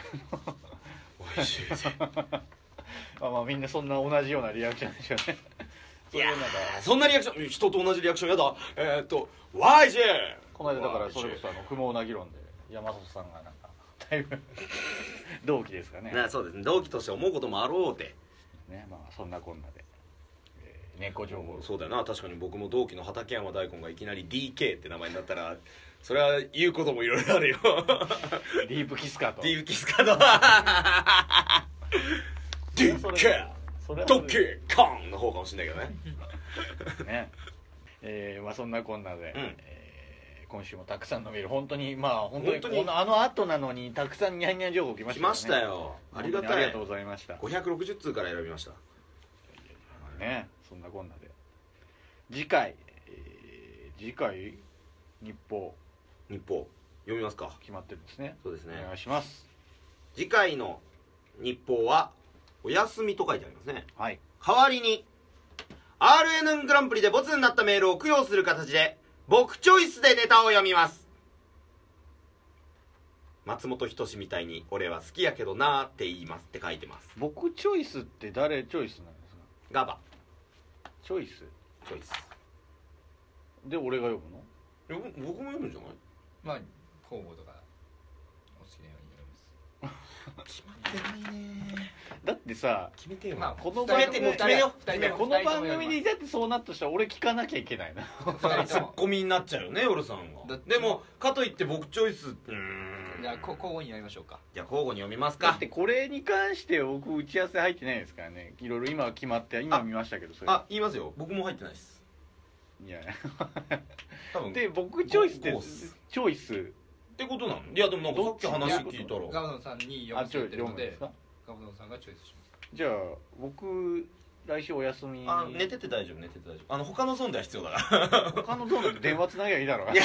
[SPEAKER 2] YJ で
[SPEAKER 3] あまあみんなそんな同じようなリアクションでしょう ね
[SPEAKER 2] いやー そんなリアクション人と同じリアクションやだえーっと YJ
[SPEAKER 3] この間だからそれこそあの不毛な議論で山里さんがなんかだいぶ 同期ですかね
[SPEAKER 7] なそうですね同期として思うこともあろうて
[SPEAKER 3] ねまあそんなこんなで、えー、猫情報
[SPEAKER 2] そうだよな確かに僕も同期の畠山大根がいきなり DK って名前になったらそれは言うこともいろいろあるよ
[SPEAKER 3] ディープキスかと
[SPEAKER 2] ディーブキスカード DK
[SPEAKER 3] それはそ
[SPEAKER 2] ド
[SPEAKER 3] れ
[SPEAKER 2] ッキーコンの方かもしれないけどね
[SPEAKER 3] ねえーまあそんなこんなで、
[SPEAKER 2] うん
[SPEAKER 3] えー今週もたくさんのメール本当にまあ本当に
[SPEAKER 2] 本当に
[SPEAKER 3] このあの後なのにたくさんニャンニャン情報来
[SPEAKER 2] 来
[SPEAKER 3] ましたよね
[SPEAKER 2] ましたよありが
[SPEAKER 3] 本当にあ
[SPEAKER 2] た
[SPEAKER 3] りが
[SPEAKER 2] い
[SPEAKER 3] とうございました
[SPEAKER 2] 560通から選びました
[SPEAKER 3] ねそんなこんなで次回、えー次回日報
[SPEAKER 2] 日報読みますか
[SPEAKER 3] 決まってるんですね
[SPEAKER 2] そうですね
[SPEAKER 3] お願いします
[SPEAKER 2] 次回の日報はお休みと書いてありますね
[SPEAKER 3] はい
[SPEAKER 2] 代わりに RN グランプリでボツになったメールを供養する形で僕チョイスでネタを読みます松本人志みたいに俺は好きやけどなーって言いますって書いてます
[SPEAKER 3] 僕チョイスって誰チョイスなんですか
[SPEAKER 2] ガバ
[SPEAKER 3] チョイス
[SPEAKER 2] チョイス
[SPEAKER 3] で俺が読むの
[SPEAKER 2] 僕も読むんじゃない
[SPEAKER 4] まあ交互とかお好きなようにやります
[SPEAKER 3] だってさ
[SPEAKER 2] 決めてよ
[SPEAKER 4] まあ
[SPEAKER 3] この番組
[SPEAKER 4] 二人とも二人とも
[SPEAKER 3] この番組
[SPEAKER 4] 二
[SPEAKER 3] に
[SPEAKER 4] 人
[SPEAKER 3] だってそうなったしたら俺聞かなきゃいけないな
[SPEAKER 4] 二人
[SPEAKER 2] ツ
[SPEAKER 4] と
[SPEAKER 2] ッ
[SPEAKER 4] も
[SPEAKER 2] コミになっちゃうよね夜さんが
[SPEAKER 4] だって
[SPEAKER 2] でもかといって僕チョイスうーん
[SPEAKER 4] じゃあこ交互にやりましょうか
[SPEAKER 2] じゃあ交互に読みます
[SPEAKER 3] だ
[SPEAKER 2] か
[SPEAKER 3] ってこれに関して僕打ち合わせ入ってないですからねいろいろ今は決まって今見ましたけどそれ
[SPEAKER 2] あ言いますよ僕も入ってないです
[SPEAKER 3] いや
[SPEAKER 2] 多分
[SPEAKER 3] で僕チョイスって
[SPEAKER 2] ゴース
[SPEAKER 3] チョイス
[SPEAKER 2] ってことなのいやでもなんかさっき話聞いた
[SPEAKER 4] ガ
[SPEAKER 2] ら
[SPEAKER 4] ブドンさんに読
[SPEAKER 3] あ
[SPEAKER 4] ませ
[SPEAKER 3] チ
[SPEAKER 4] て
[SPEAKER 3] ョイ
[SPEAKER 4] っ
[SPEAKER 3] ス
[SPEAKER 4] てる
[SPEAKER 3] 読
[SPEAKER 4] の
[SPEAKER 3] むんで
[SPEAKER 4] です
[SPEAKER 3] か
[SPEAKER 4] ガブドンさんがチョイスします
[SPEAKER 3] じゃあ僕来週お休み
[SPEAKER 2] あ寝てて大丈夫寝てて大丈夫あの他のゾーンでは必要だか
[SPEAKER 3] 他のゾーンで電話つなぎゃいいだろ必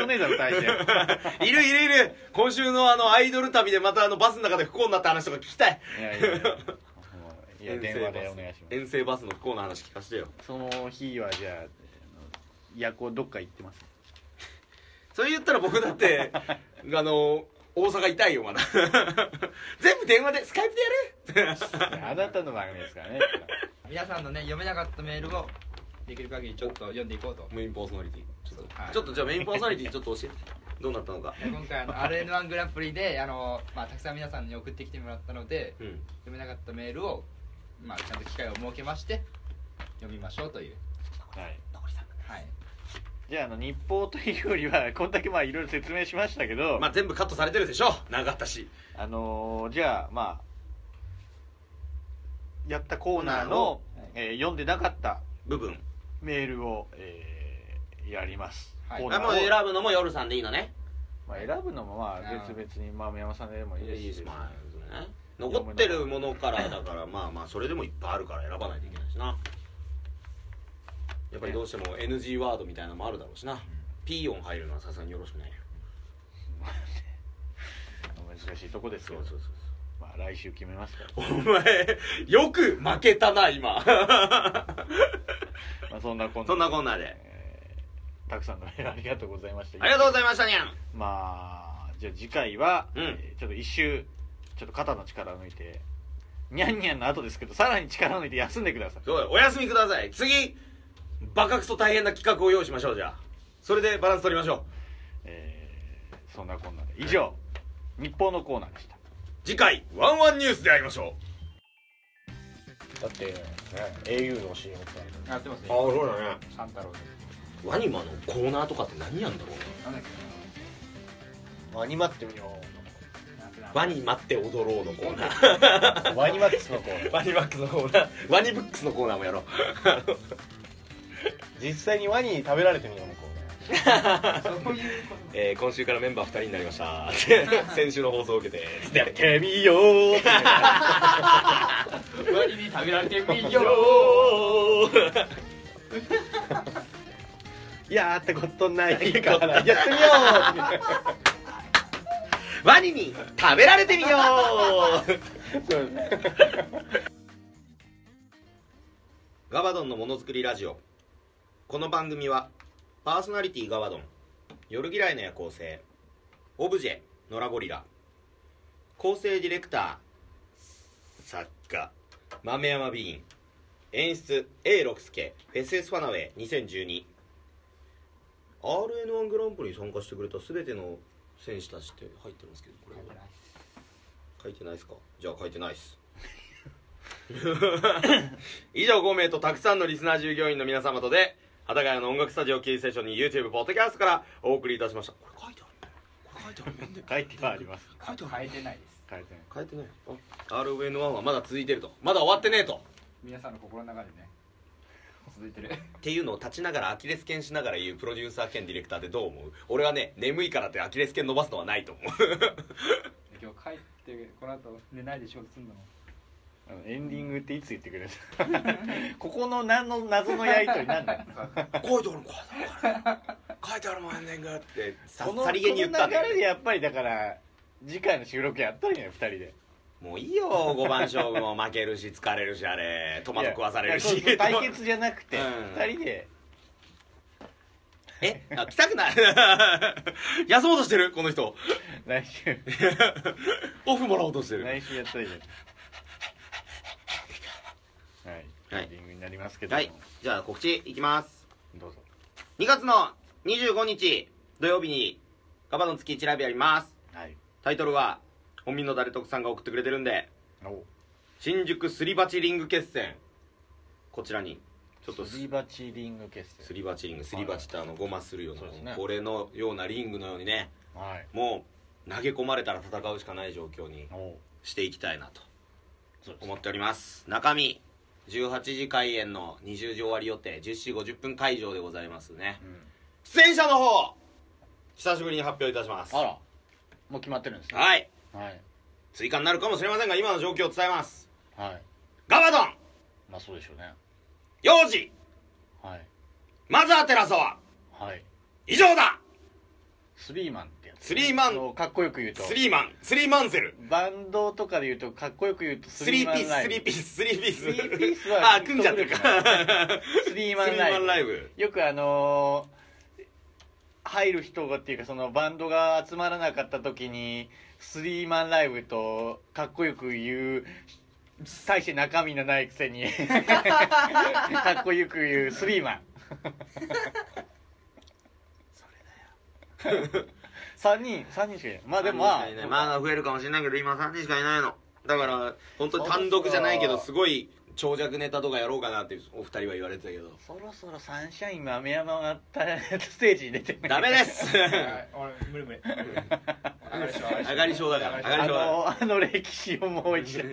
[SPEAKER 3] 要ねえだろ 大抵
[SPEAKER 2] らいるいるいる今週のあのアイドル旅でまたあのバスの中で不幸になった話とか聞きたい
[SPEAKER 3] いやいやいやもういや電話でお願いします
[SPEAKER 2] 遠征バスの不幸な話聞かせてよ
[SPEAKER 3] その日はじゃああの夜行どっか行って ます
[SPEAKER 2] それ言ったら僕だって あの大阪痛いよまだ 全部電話でスカイプでやる
[SPEAKER 3] いやあなたの番組ですからね
[SPEAKER 4] 皆さんのね読めなかったメールをできる限りちょっと読んでいこうと
[SPEAKER 2] メインパーソナリティちょっと,、
[SPEAKER 4] はい
[SPEAKER 2] ちょっとじゃあメインパーソナリティちょっと教えてどうなったのか
[SPEAKER 4] 今回あの RN1 グランプリであの、まあ、たくさん皆さんに送ってきてもらったので
[SPEAKER 2] うん
[SPEAKER 4] 読めなかったメールを、まあ、ちゃんと機会を設けまして読みましょうという
[SPEAKER 3] はい
[SPEAKER 4] はい
[SPEAKER 3] じゃああの日報というよりはこんだけまあいろいろ説明しましたけど、
[SPEAKER 2] まあ全部カットされてるでしょ長かったし
[SPEAKER 3] あのーじゃあまあやったコーナーの、えー読んでなかった
[SPEAKER 2] 部分
[SPEAKER 3] メールを、えーやります、
[SPEAKER 4] はい
[SPEAKER 3] コーナ
[SPEAKER 2] あ
[SPEAKER 3] ー
[SPEAKER 2] もう
[SPEAKER 3] を
[SPEAKER 2] 選ぶのも夜さんでいいのね
[SPEAKER 3] まあ、選ぶのもまあ別々に、まあ、宮山さんでもいいですし
[SPEAKER 2] まあね残ってるものからだからまあまあそれでもいっぱいあるから選ばないといけないしなやっぱりどうしても NG ワードみたいなのもあるだろうしな P 音入るのはさすがによろしくないよ
[SPEAKER 3] 難しいとこですけど
[SPEAKER 2] う
[SPEAKER 3] まあ、来週決め ますから、
[SPEAKER 2] お前よく負けたな今
[SPEAKER 3] まあ、そんなこんな
[SPEAKER 2] そんなこんなで
[SPEAKER 3] えーたくさんのメール ありがとうございました
[SPEAKER 2] ありがとうご
[SPEAKER 3] ざい
[SPEAKER 2] ざいましたにゃん
[SPEAKER 3] ますまあじゃあ次回は、
[SPEAKER 2] うん
[SPEAKER 3] えーちょっと一周ちょっと肩の力を抜いてにゃんにゃんの後ですけどさらに力を抜いて休んでください
[SPEAKER 2] そうよお休みください次バカクソ大変な企画を用意しましょうじゃあそれでバランス取りましょう
[SPEAKER 3] えーそんなこんなで以上日報のコーナーでした
[SPEAKER 2] 次回ワンワンニュースで会いましょう
[SPEAKER 3] だって、au の CM って
[SPEAKER 4] やってますね
[SPEAKER 2] ああそうだね
[SPEAKER 4] 三太郎で
[SPEAKER 2] ワニマのコーナーとかって何やんだろうな
[SPEAKER 4] なんだっけ
[SPEAKER 3] ワニマってみよ
[SPEAKER 2] ワニ待って踊ろうのコーナー
[SPEAKER 3] うワニマックスのコーナー
[SPEAKER 2] ワニマックスのコーナーワニブックスのコーナーもやろう
[SPEAKER 3] 実際にワニに食べられてみようのコーナー
[SPEAKER 2] えー今週からメンバー2人になりました 先週の放送を受けてやってみようって
[SPEAKER 4] 割に食べられてみ
[SPEAKER 2] よ
[SPEAKER 4] よ
[SPEAKER 3] いやーってことない
[SPEAKER 2] から
[SPEAKER 3] やってみよ
[SPEAKER 5] ワニに食べられてみようガバドンのものづくりラジオこの番組はパーソナリティガバドン夜嫌いの夜行性オブジェノラゴリラ構成ディレクター作家豆山ビーン演出 A 六輔フェス S ファナウェイ 2012RN1 グランプリに参加してくれた全ての選手たちって入ってますけどこれは書いてないですかじゃあ書いてないっす 以上5名とたくさんのリスナー従業員の皆様とで幡ヶ谷の音楽スタジオキーステーションに YouTube ポッドキャストからお送りいたしましたこれ書いてあるこれ書いてある面で
[SPEAKER 3] う書いてはあります
[SPEAKER 4] う変えてないです
[SPEAKER 3] 書いてない
[SPEAKER 5] 書いてないあ RN1 はまだ続いてるとまだ終わってねえと
[SPEAKER 4] 皆さんの心の中でね続いてる
[SPEAKER 5] っていうのを立ちながらアキレス腱しながら言うプロデューサー兼ディレクターでどう思う俺はね眠いからってアキレス腱伸ばすのはないと思う
[SPEAKER 4] 今日帰ってこの後寝ないで仕事すんだもん
[SPEAKER 3] あのエンディングっていつ言ってくれる ここの何の謎のやりとりなんだ よ
[SPEAKER 5] 書いてあるのか書いてあるもんエンディングってさ
[SPEAKER 3] この
[SPEAKER 5] さりげに言ったんだ
[SPEAKER 3] この
[SPEAKER 5] よ
[SPEAKER 3] 流れでやっぱりだから次回の収録やったんや2人で
[SPEAKER 5] もういいよ5番勝負も負けるし疲れるしあれトマト食わされる
[SPEAKER 3] いや
[SPEAKER 5] し
[SPEAKER 3] いや対決じゃなくて
[SPEAKER 5] うん
[SPEAKER 3] 2人で
[SPEAKER 5] えあ来たくない 休もうとしてるこの人
[SPEAKER 3] 来週
[SPEAKER 5] オフもらおうとしてる
[SPEAKER 3] 来週やったらいいじゃんはい
[SPEAKER 5] はい
[SPEAKER 3] エンディングになりますけども
[SPEAKER 5] はいじゃあ告知いきます
[SPEAKER 3] どうぞ
[SPEAKER 5] 2月の25日土曜日にガバの月一ライブやります
[SPEAKER 3] はい
[SPEAKER 5] タイトルは本民の誰得さんが送ってくれてるんで
[SPEAKER 3] お
[SPEAKER 5] 新宿すり鉢リング決戦こちらにちょっと
[SPEAKER 3] すり鉢リング決
[SPEAKER 5] す
[SPEAKER 3] 戦
[SPEAKER 5] り鉢リングすり鉢ってあのごまするような
[SPEAKER 3] そうですね
[SPEAKER 5] これのようなリングのようにね
[SPEAKER 3] はい
[SPEAKER 5] もう投げ込まれたら戦うしかない状況に
[SPEAKER 3] お
[SPEAKER 5] していきたいなと
[SPEAKER 3] そうです
[SPEAKER 5] 思っております中身18時開演の20時終わり予定10時50分会場でございますね
[SPEAKER 3] うん
[SPEAKER 5] 出演者の方久しぶりに発表いたします
[SPEAKER 3] あらもう決まってるんですね
[SPEAKER 5] はい
[SPEAKER 3] はい
[SPEAKER 5] 追加になるかもしれませんが今の状況を伝えます
[SPEAKER 3] はい
[SPEAKER 5] ガバドン
[SPEAKER 3] まあそうでしょうね
[SPEAKER 5] 幼児
[SPEAKER 3] はい
[SPEAKER 5] マザー・テラサは
[SPEAKER 3] はい
[SPEAKER 5] 以上だ
[SPEAKER 3] スリーマンってやつ
[SPEAKER 5] スリーマン
[SPEAKER 3] そうかっこよく言うと
[SPEAKER 5] スリーマンスリーマンセル
[SPEAKER 3] バンドとかで言うとかっこよく言うと
[SPEAKER 5] スリーピーススリー
[SPEAKER 3] ピ
[SPEAKER 5] ピーススリーピース
[SPEAKER 3] ススリーピースは
[SPEAKER 5] ああ組んじゃってるか
[SPEAKER 3] スリー
[SPEAKER 5] ス
[SPEAKER 3] マンライブ
[SPEAKER 5] ブ
[SPEAKER 3] よくあのー入る人がっていうかそのバンドが集まらなかった時にスリーマンライブとかっこよく言う大して中身のないくせにかっこよく言うスリーマンそれだよ3人3人しかいないまあでもまあ
[SPEAKER 5] 三人しかいないまあ増えるかもしれないけど今3人しかいないのだから本当に単独じゃないけどすごい長尺ネタとかやろうかなってお二人は言われてたけど
[SPEAKER 3] そろそろサンシャイン豆山がステージに出て
[SPEAKER 5] ダメです
[SPEAKER 4] 俺無理無理
[SPEAKER 5] 上がり症だから上がり
[SPEAKER 3] あ
[SPEAKER 5] 症だから
[SPEAKER 3] のあの歴史をもう一度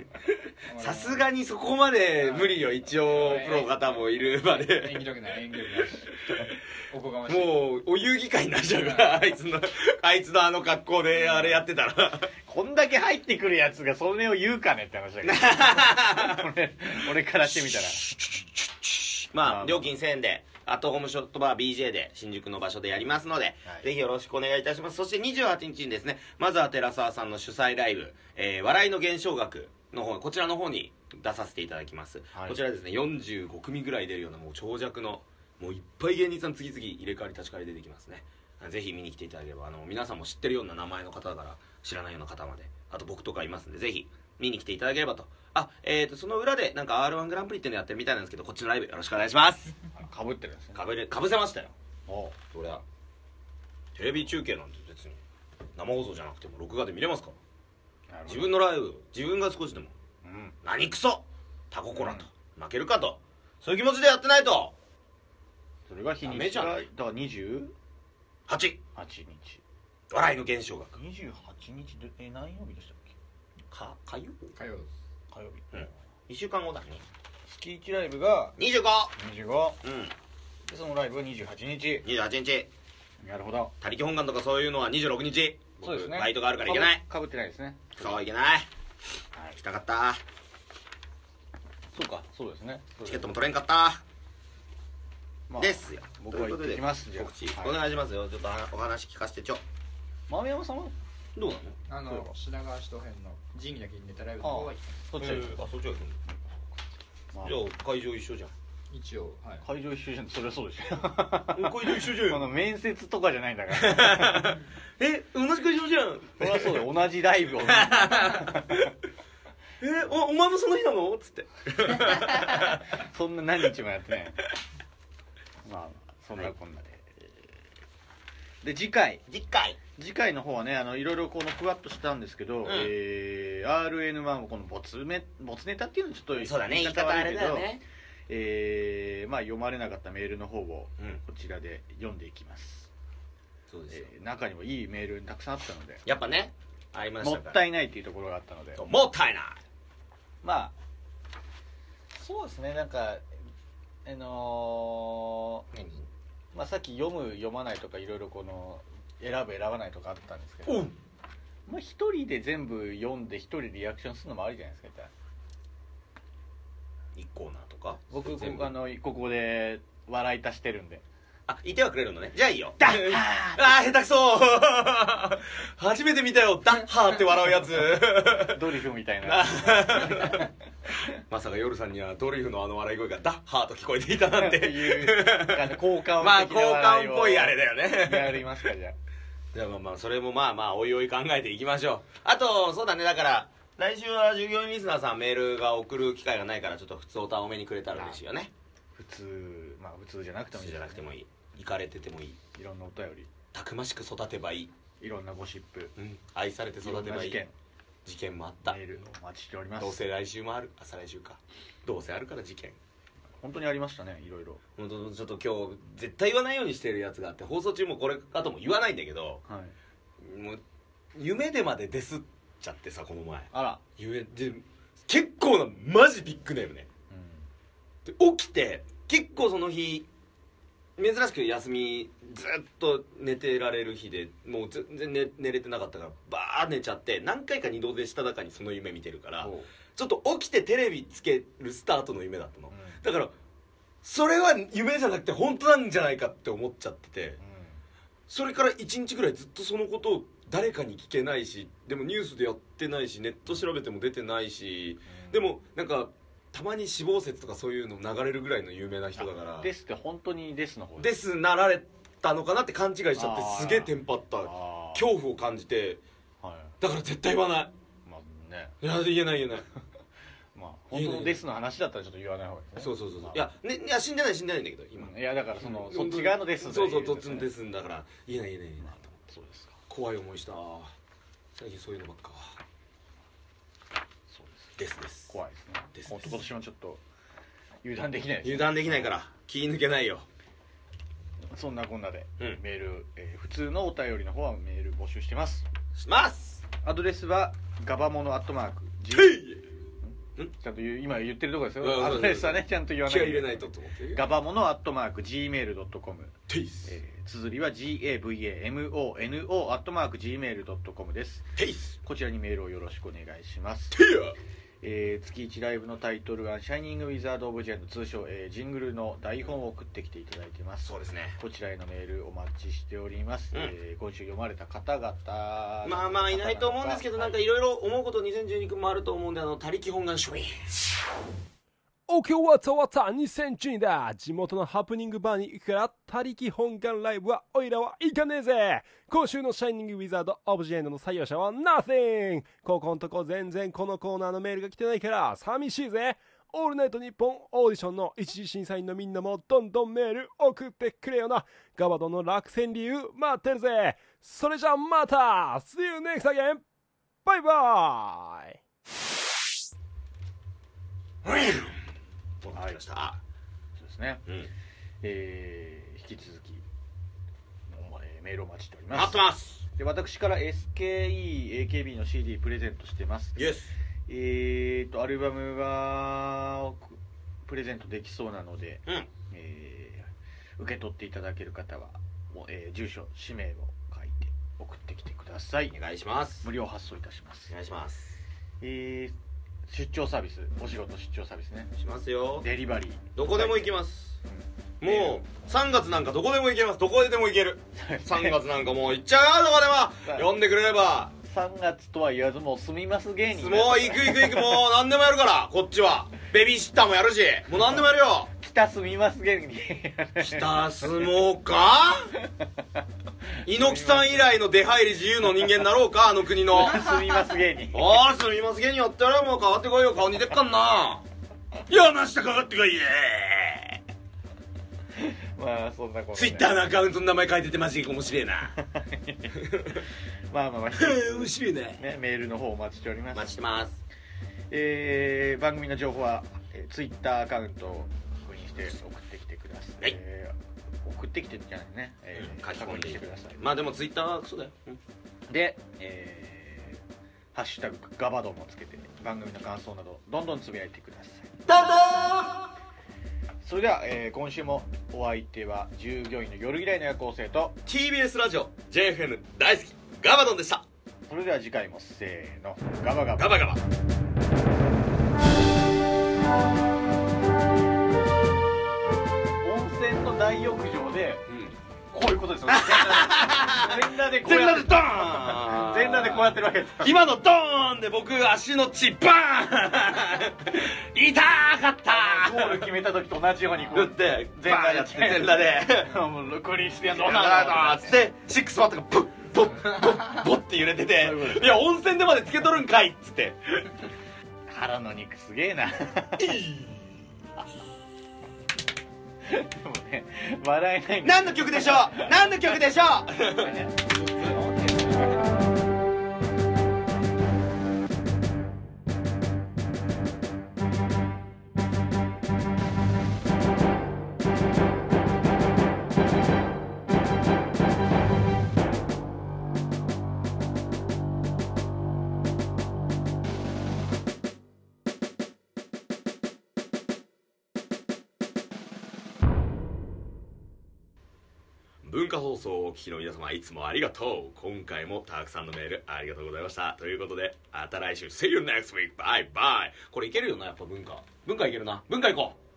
[SPEAKER 5] さすがにそこまで無理よ一応プロ方もいるまで
[SPEAKER 4] 演技力ない演技力ないおこがましい
[SPEAKER 5] もうお遊戯会になっちゃうからあいつのあいつのあの格好であれやってたら
[SPEAKER 3] こんだけ入ってくるやつがそれを言うかねって話だけ ど俺俺からしてみたら
[SPEAKER 5] まあ料金1000円でアットホームショットバー BJ で新宿の場所でやりますので、
[SPEAKER 3] はい
[SPEAKER 5] ぜひよろしくお願いいたしますそして28日にですねまずは寺澤さんの主催ライブ「えー笑いの減少額」の方こちらの方に出させていただきます、
[SPEAKER 3] はい
[SPEAKER 5] こちらですね45組ぐらい出るようなもう長尺のもういっぱい芸人さん次々入れ替わり立ち替わり出てきますねぜひ見に来ていただければあの皆さんも知ってるような名前の方から知らないような方まであと僕とかいますんでぜひ見に来ていただければとあえー、とその裏でなんか r 1グランプリっていうのやってるみたいなんですけどこっちのライブよろしくお願いします
[SPEAKER 3] かぶってるんですね
[SPEAKER 5] かぶれかぶせましたよ
[SPEAKER 3] おう
[SPEAKER 5] そりゃテレビ中継なんて別に生放送じゃなくても録画で見れますから
[SPEAKER 3] なるほ
[SPEAKER 5] 自
[SPEAKER 3] ど
[SPEAKER 5] 分のライブ自分が少しでも
[SPEAKER 3] うん
[SPEAKER 5] 何クソタココラと、負けるかとそういう気持ちでやってないと
[SPEAKER 3] それが日
[SPEAKER 5] ダ
[SPEAKER 3] に
[SPEAKER 5] メ
[SPEAKER 3] ち
[SPEAKER 5] じゃ
[SPEAKER 3] がだ
[SPEAKER 5] な
[SPEAKER 3] か
[SPEAKER 5] い
[SPEAKER 3] ら28
[SPEAKER 5] 8
[SPEAKER 3] 日
[SPEAKER 5] 笑いの減少額
[SPEAKER 3] 28日でえ何曜日でしたっけ
[SPEAKER 5] か火曜
[SPEAKER 4] 火曜です
[SPEAKER 3] 火曜日
[SPEAKER 5] 1週間後だね
[SPEAKER 3] 月1ライブが
[SPEAKER 5] 25
[SPEAKER 3] 25
[SPEAKER 5] うん
[SPEAKER 3] でそのライブが28日
[SPEAKER 5] 28日
[SPEAKER 3] なるほど
[SPEAKER 5] 他力本願とかそういうのは26日
[SPEAKER 3] そうですね
[SPEAKER 5] バイトがあるから行けない
[SPEAKER 3] かぶってないですね
[SPEAKER 5] そういけない行きたかった
[SPEAKER 3] そうかそうですねそう
[SPEAKER 5] チ
[SPEAKER 3] です
[SPEAKER 5] ケットも取れんかった
[SPEAKER 3] まあ
[SPEAKER 5] ですよ
[SPEAKER 3] 僕は行ってきます
[SPEAKER 5] と
[SPEAKER 3] じ
[SPEAKER 5] い
[SPEAKER 3] ゃあ
[SPEAKER 5] うことで告知
[SPEAKER 3] はい
[SPEAKER 5] お願いしますよちょっとお話聞かせてちょ
[SPEAKER 3] 丸山さんは
[SPEAKER 5] どうなの
[SPEAKER 4] あの品川市東辺の仁義だけにネタライブの方は
[SPEAKER 3] どっちがいいですか
[SPEAKER 5] あそっちは行くんだ
[SPEAKER 3] まあ
[SPEAKER 5] じゃあ会場一緒じゃん
[SPEAKER 4] 一応はい
[SPEAKER 3] 会場一周じゃんそれはそうでし
[SPEAKER 5] 会場一緒じ
[SPEAKER 3] ょ この面接とかじゃないんだから
[SPEAKER 5] え同じ会場じゃん
[SPEAKER 3] それはそうだよ同じライブを
[SPEAKER 5] えおお前もその日なのつって
[SPEAKER 3] そんな何日もやってないまあそんなこんなで、で次回
[SPEAKER 5] 次回
[SPEAKER 3] 次回の方はねあのいろいろこのふわっとしたんですけど、えー、RN1 をこの没め没ネタっていうのはちょっと
[SPEAKER 5] そうだね言い方あれだよ
[SPEAKER 3] 悪いけ
[SPEAKER 5] ね
[SPEAKER 3] どえーまあ、読まれなかったメールの方を
[SPEAKER 5] うん
[SPEAKER 3] こちらで読んでいきます、
[SPEAKER 5] そうですよ
[SPEAKER 3] えー中にもいいメールたくさんあったので
[SPEAKER 5] やっぱねありまし
[SPEAKER 3] も
[SPEAKER 5] た
[SPEAKER 3] っ
[SPEAKER 5] から
[SPEAKER 3] たいないっていうところがあったので
[SPEAKER 5] そうもったいない
[SPEAKER 3] まあそうですねなんかあのーまあ、さっき読む読まないとかいろいろこの選ぶ選ばないとかあったんですけど
[SPEAKER 5] おう
[SPEAKER 3] まあ、一人で全部読んで一人リアクションするのもありじゃないですか言ったら
[SPEAKER 5] 一コーナーとか
[SPEAKER 3] 僕
[SPEAKER 5] 全部
[SPEAKER 3] ここあのここで笑い足して るんで
[SPEAKER 5] あいてはくれるのねじゃあいいよダッハーあー下手くそ 初めて見たよダッハーって笑うやつ
[SPEAKER 3] ドリフみたいな
[SPEAKER 5] まさか夜さんにはドリフのあの笑い声がダッハーと聞こえていたなん
[SPEAKER 3] って
[SPEAKER 5] て
[SPEAKER 3] いうなんか交換
[SPEAKER 5] まあ交換っぽいあれだよね
[SPEAKER 3] やりますかじゃあ
[SPEAKER 5] じゃあまあまあそれもまあまあおいおい考えていきましょうあとそうだねだから来週は従業員リスナーさんメールが送る機会がないからちょっと普通おた多めにくれたら嬉しいよね
[SPEAKER 3] 普通まあ普通じゃなくてもいい
[SPEAKER 5] じゃなくてもいい行かれててもいい
[SPEAKER 3] いろんなお便り
[SPEAKER 5] たくましく育てばいい、
[SPEAKER 3] いろんなゴシップ
[SPEAKER 5] うん、愛されて
[SPEAKER 3] いろ
[SPEAKER 5] 育
[SPEAKER 3] ん
[SPEAKER 5] て
[SPEAKER 3] な
[SPEAKER 5] ばい
[SPEAKER 3] 事
[SPEAKER 5] い
[SPEAKER 3] 件
[SPEAKER 5] 事件もあった
[SPEAKER 3] メールお待ちしております
[SPEAKER 5] どうせ来週もあるあ再来週かどうせあるから事件
[SPEAKER 3] 本当にありましたねいろいろ
[SPEAKER 5] ほんとちょっと今日絶対言わないようにしてるやつがあって放送中もこれあとも言わないんだけど
[SPEAKER 3] はい
[SPEAKER 5] もう夢でまでデスっちゃってさこの前
[SPEAKER 3] あら
[SPEAKER 5] ゆえで結構なマジビッグネームね
[SPEAKER 3] うん
[SPEAKER 5] で起きて結構その日珍しく休みずっと寝てられる日でもう全然寝寝れてなかったからバーッ寝ちゃって何回か二度でしただかにその夢見てるから
[SPEAKER 3] おう
[SPEAKER 5] ちょっと起きてテレビつけるスタートの夢だったの、
[SPEAKER 3] ん
[SPEAKER 5] だからそれは夢じゃなくて本当なんじゃないかって思っちゃっててそれから1日ぐらいずっとそのことを誰かに聞けないしでもニュースでやってないしネット調べても出てないしでもなんかたまに死亡説とかそういうの流れるぐらいの有名な人だから
[SPEAKER 3] ですって本当にですの方
[SPEAKER 5] ですなられたのかなって勘違いしちゃって
[SPEAKER 3] あー
[SPEAKER 5] すげえテンパった
[SPEAKER 3] あ
[SPEAKER 5] 恐怖を感じて
[SPEAKER 3] あは
[SPEAKER 5] だから絶対言わない
[SPEAKER 3] まあね
[SPEAKER 5] いいや言えない言えない
[SPEAKER 3] まあ本当のですの話だったらちょっと言わない方がいいですね
[SPEAKER 5] そうそうそうそ
[SPEAKER 3] ま
[SPEAKER 5] う
[SPEAKER 3] あ
[SPEAKER 5] いや,、ね、いや死んでない死んでないんだけど今
[SPEAKER 3] うんいやだからそのそっ
[SPEAKER 5] 本当
[SPEAKER 3] ち
[SPEAKER 5] に
[SPEAKER 3] 側のです
[SPEAKER 5] そうそうどっちのですすんだから言えない言えない言えない
[SPEAKER 3] そうですか
[SPEAKER 5] 怖い思いした最近そういうのばっか
[SPEAKER 3] そうです
[SPEAKER 5] ですです
[SPEAKER 3] 怖いですね
[SPEAKER 5] です
[SPEAKER 3] 本当今年もちょっと油断できないですね
[SPEAKER 5] 油断できないから気抜けないよ
[SPEAKER 3] そんなこんなで、
[SPEAKER 5] うん
[SPEAKER 3] メール、えー普通のお便りの方はメール募集してます
[SPEAKER 5] します
[SPEAKER 3] アドレスはガバモノアットマーク G
[SPEAKER 5] ん
[SPEAKER 3] ちゃんと言う今言ってるとこです
[SPEAKER 5] うんうんう
[SPEAKER 3] よ
[SPEAKER 5] ん
[SPEAKER 3] アドレスはねちゃんと言わないと
[SPEAKER 5] 気合い入れないとと思って
[SPEAKER 3] ガバモノアットマーク Gmail.com
[SPEAKER 5] テイス
[SPEAKER 3] えー綴りは GAVAMONO アットマーク Gmail.com です
[SPEAKER 5] テイス
[SPEAKER 3] こちらにメールをよろしくお願いします
[SPEAKER 5] テイヤ
[SPEAKER 3] えー月1ライブのタイトルが「シャイニング・ウィザード・オブ・ジェンド」通称、えージングルの台本を送ってきていただいてます
[SPEAKER 5] そうですね
[SPEAKER 3] こちらへのメールお待ちしております、
[SPEAKER 5] うん
[SPEAKER 3] えー今週読まれた方々
[SPEAKER 5] まあまあいないと思うんですけどなんか
[SPEAKER 3] はい
[SPEAKER 5] ろいろ思うこと2012君もあると思うんであの他力本願書院
[SPEAKER 8] OK 終わった終わった2010だ地元のハプニングバーに行くから他力本願ライブはおいらは行かねえぜ今週のシャイニングウィザードオブジェンドの採用者は Nothing ここんとこ全然このコーナーのメールが来てないから寂しいぜオールナイトニッポンオーディションの一次審査員のみんなもどんどんメール送ってくれよなガバドンの落選理由待ってるぜそれじゃあまた See you next again! バイバイ
[SPEAKER 5] わかりました
[SPEAKER 3] そうですね、
[SPEAKER 5] うん
[SPEAKER 3] えー引き続きおえーメールをお待ちしており
[SPEAKER 5] 待
[SPEAKER 3] ま
[SPEAKER 5] っ
[SPEAKER 3] す
[SPEAKER 5] てます
[SPEAKER 3] で私から SKEAKB の CD プレゼントしてます
[SPEAKER 5] イエス
[SPEAKER 3] えーとアルバムがプレゼントできそうなので、
[SPEAKER 5] うん
[SPEAKER 3] えー受け取っていただける方はもえー住所氏名を書いて送ってきてください
[SPEAKER 2] お願いします
[SPEAKER 3] 無料発送いたします
[SPEAKER 2] お、願いします
[SPEAKER 3] えー出張サービスお仕事出張サービスね
[SPEAKER 2] しますよ
[SPEAKER 3] デリバリー
[SPEAKER 2] どこでも行きますもう3月なんかどこでも行けますどこででも行ける3月なんかもう行っちゃうどこでも呼んでくれれば
[SPEAKER 3] 3月とは言わずもう住みます芸人
[SPEAKER 2] もう行く行く行くもう何でもやる からこっちはベビーシッターもやるしもう何でもやるよ
[SPEAKER 3] 北住みます芸
[SPEAKER 2] 北
[SPEAKER 3] 人
[SPEAKER 2] 相撲か 猪木さん以来の出入り自由の人間になろうかあの国 の
[SPEAKER 3] 住みます芸人
[SPEAKER 2] ああすみます芸人やったらもう変わってこいよ顔に出っかんな山下かかってこいえ
[SPEAKER 3] まあそんなこと
[SPEAKER 2] ツイッターのアカウントの名前書いててマジ面白い な
[SPEAKER 3] まあまあまあ
[SPEAKER 2] 面白いね
[SPEAKER 3] ね、メールの方お待ちしております
[SPEAKER 2] 待ちしてます
[SPEAKER 3] えー番組の情報は、えー、ツイッターアカウントを確認して送ってきてください、
[SPEAKER 2] はい
[SPEAKER 3] えー送ってきてじゃないね、え
[SPEAKER 2] 書
[SPEAKER 3] ー
[SPEAKER 2] き込んで
[SPEAKER 3] 確認
[SPEAKER 2] い
[SPEAKER 3] して
[SPEAKER 2] く
[SPEAKER 3] くだ
[SPEAKER 2] だ
[SPEAKER 3] さ
[SPEAKER 2] さ
[SPEAKER 3] い
[SPEAKER 2] いまあでもツイッターはクソだようん
[SPEAKER 3] で、えーハッシュタグガバドンもつけて番組の感想などどんどんつぶやいてくださいそれでは、えー今週もお相手は従業員の夜嫌いの夜行性と
[SPEAKER 2] TBS ラジオ JFN 大好きガバドンでした
[SPEAKER 3] それでは次回もせーのガバガバ
[SPEAKER 2] ガバガバ
[SPEAKER 3] 温泉の大浴 場でこういうことですよ全裸でこう
[SPEAKER 2] 全裸
[SPEAKER 3] やって
[SPEAKER 2] でドーン
[SPEAKER 3] 全裸でこうやってるわけです
[SPEAKER 2] 今のドーンで僕足の血バーン痛かった
[SPEAKER 3] ゴール決めた時と同じようにこ
[SPEAKER 2] 打っ
[SPEAKER 3] う
[SPEAKER 2] て全
[SPEAKER 3] 全
[SPEAKER 2] 裸
[SPEAKER 3] 裸で
[SPEAKER 2] やって全裸で
[SPEAKER 3] もうクリスティアン・ロ
[SPEAKER 2] ロナウド
[SPEAKER 3] ナ
[SPEAKER 2] ーっつってシックスパッドがプッポッポッポッって揺れてて「いや温泉でまでつけとるんかい」っつって
[SPEAKER 3] ウド腹の肉すげえなで もね笑えない
[SPEAKER 2] 「
[SPEAKER 3] んだ
[SPEAKER 2] 何の曲でしょう何の曲でしょう?」文化放送をお聞きの皆様いつもありがとう今回もたくさんのメールありがとうございましたということでまた来週 See you next week bye bye これいけるよなやっぱ文化文化いけるな文化いこう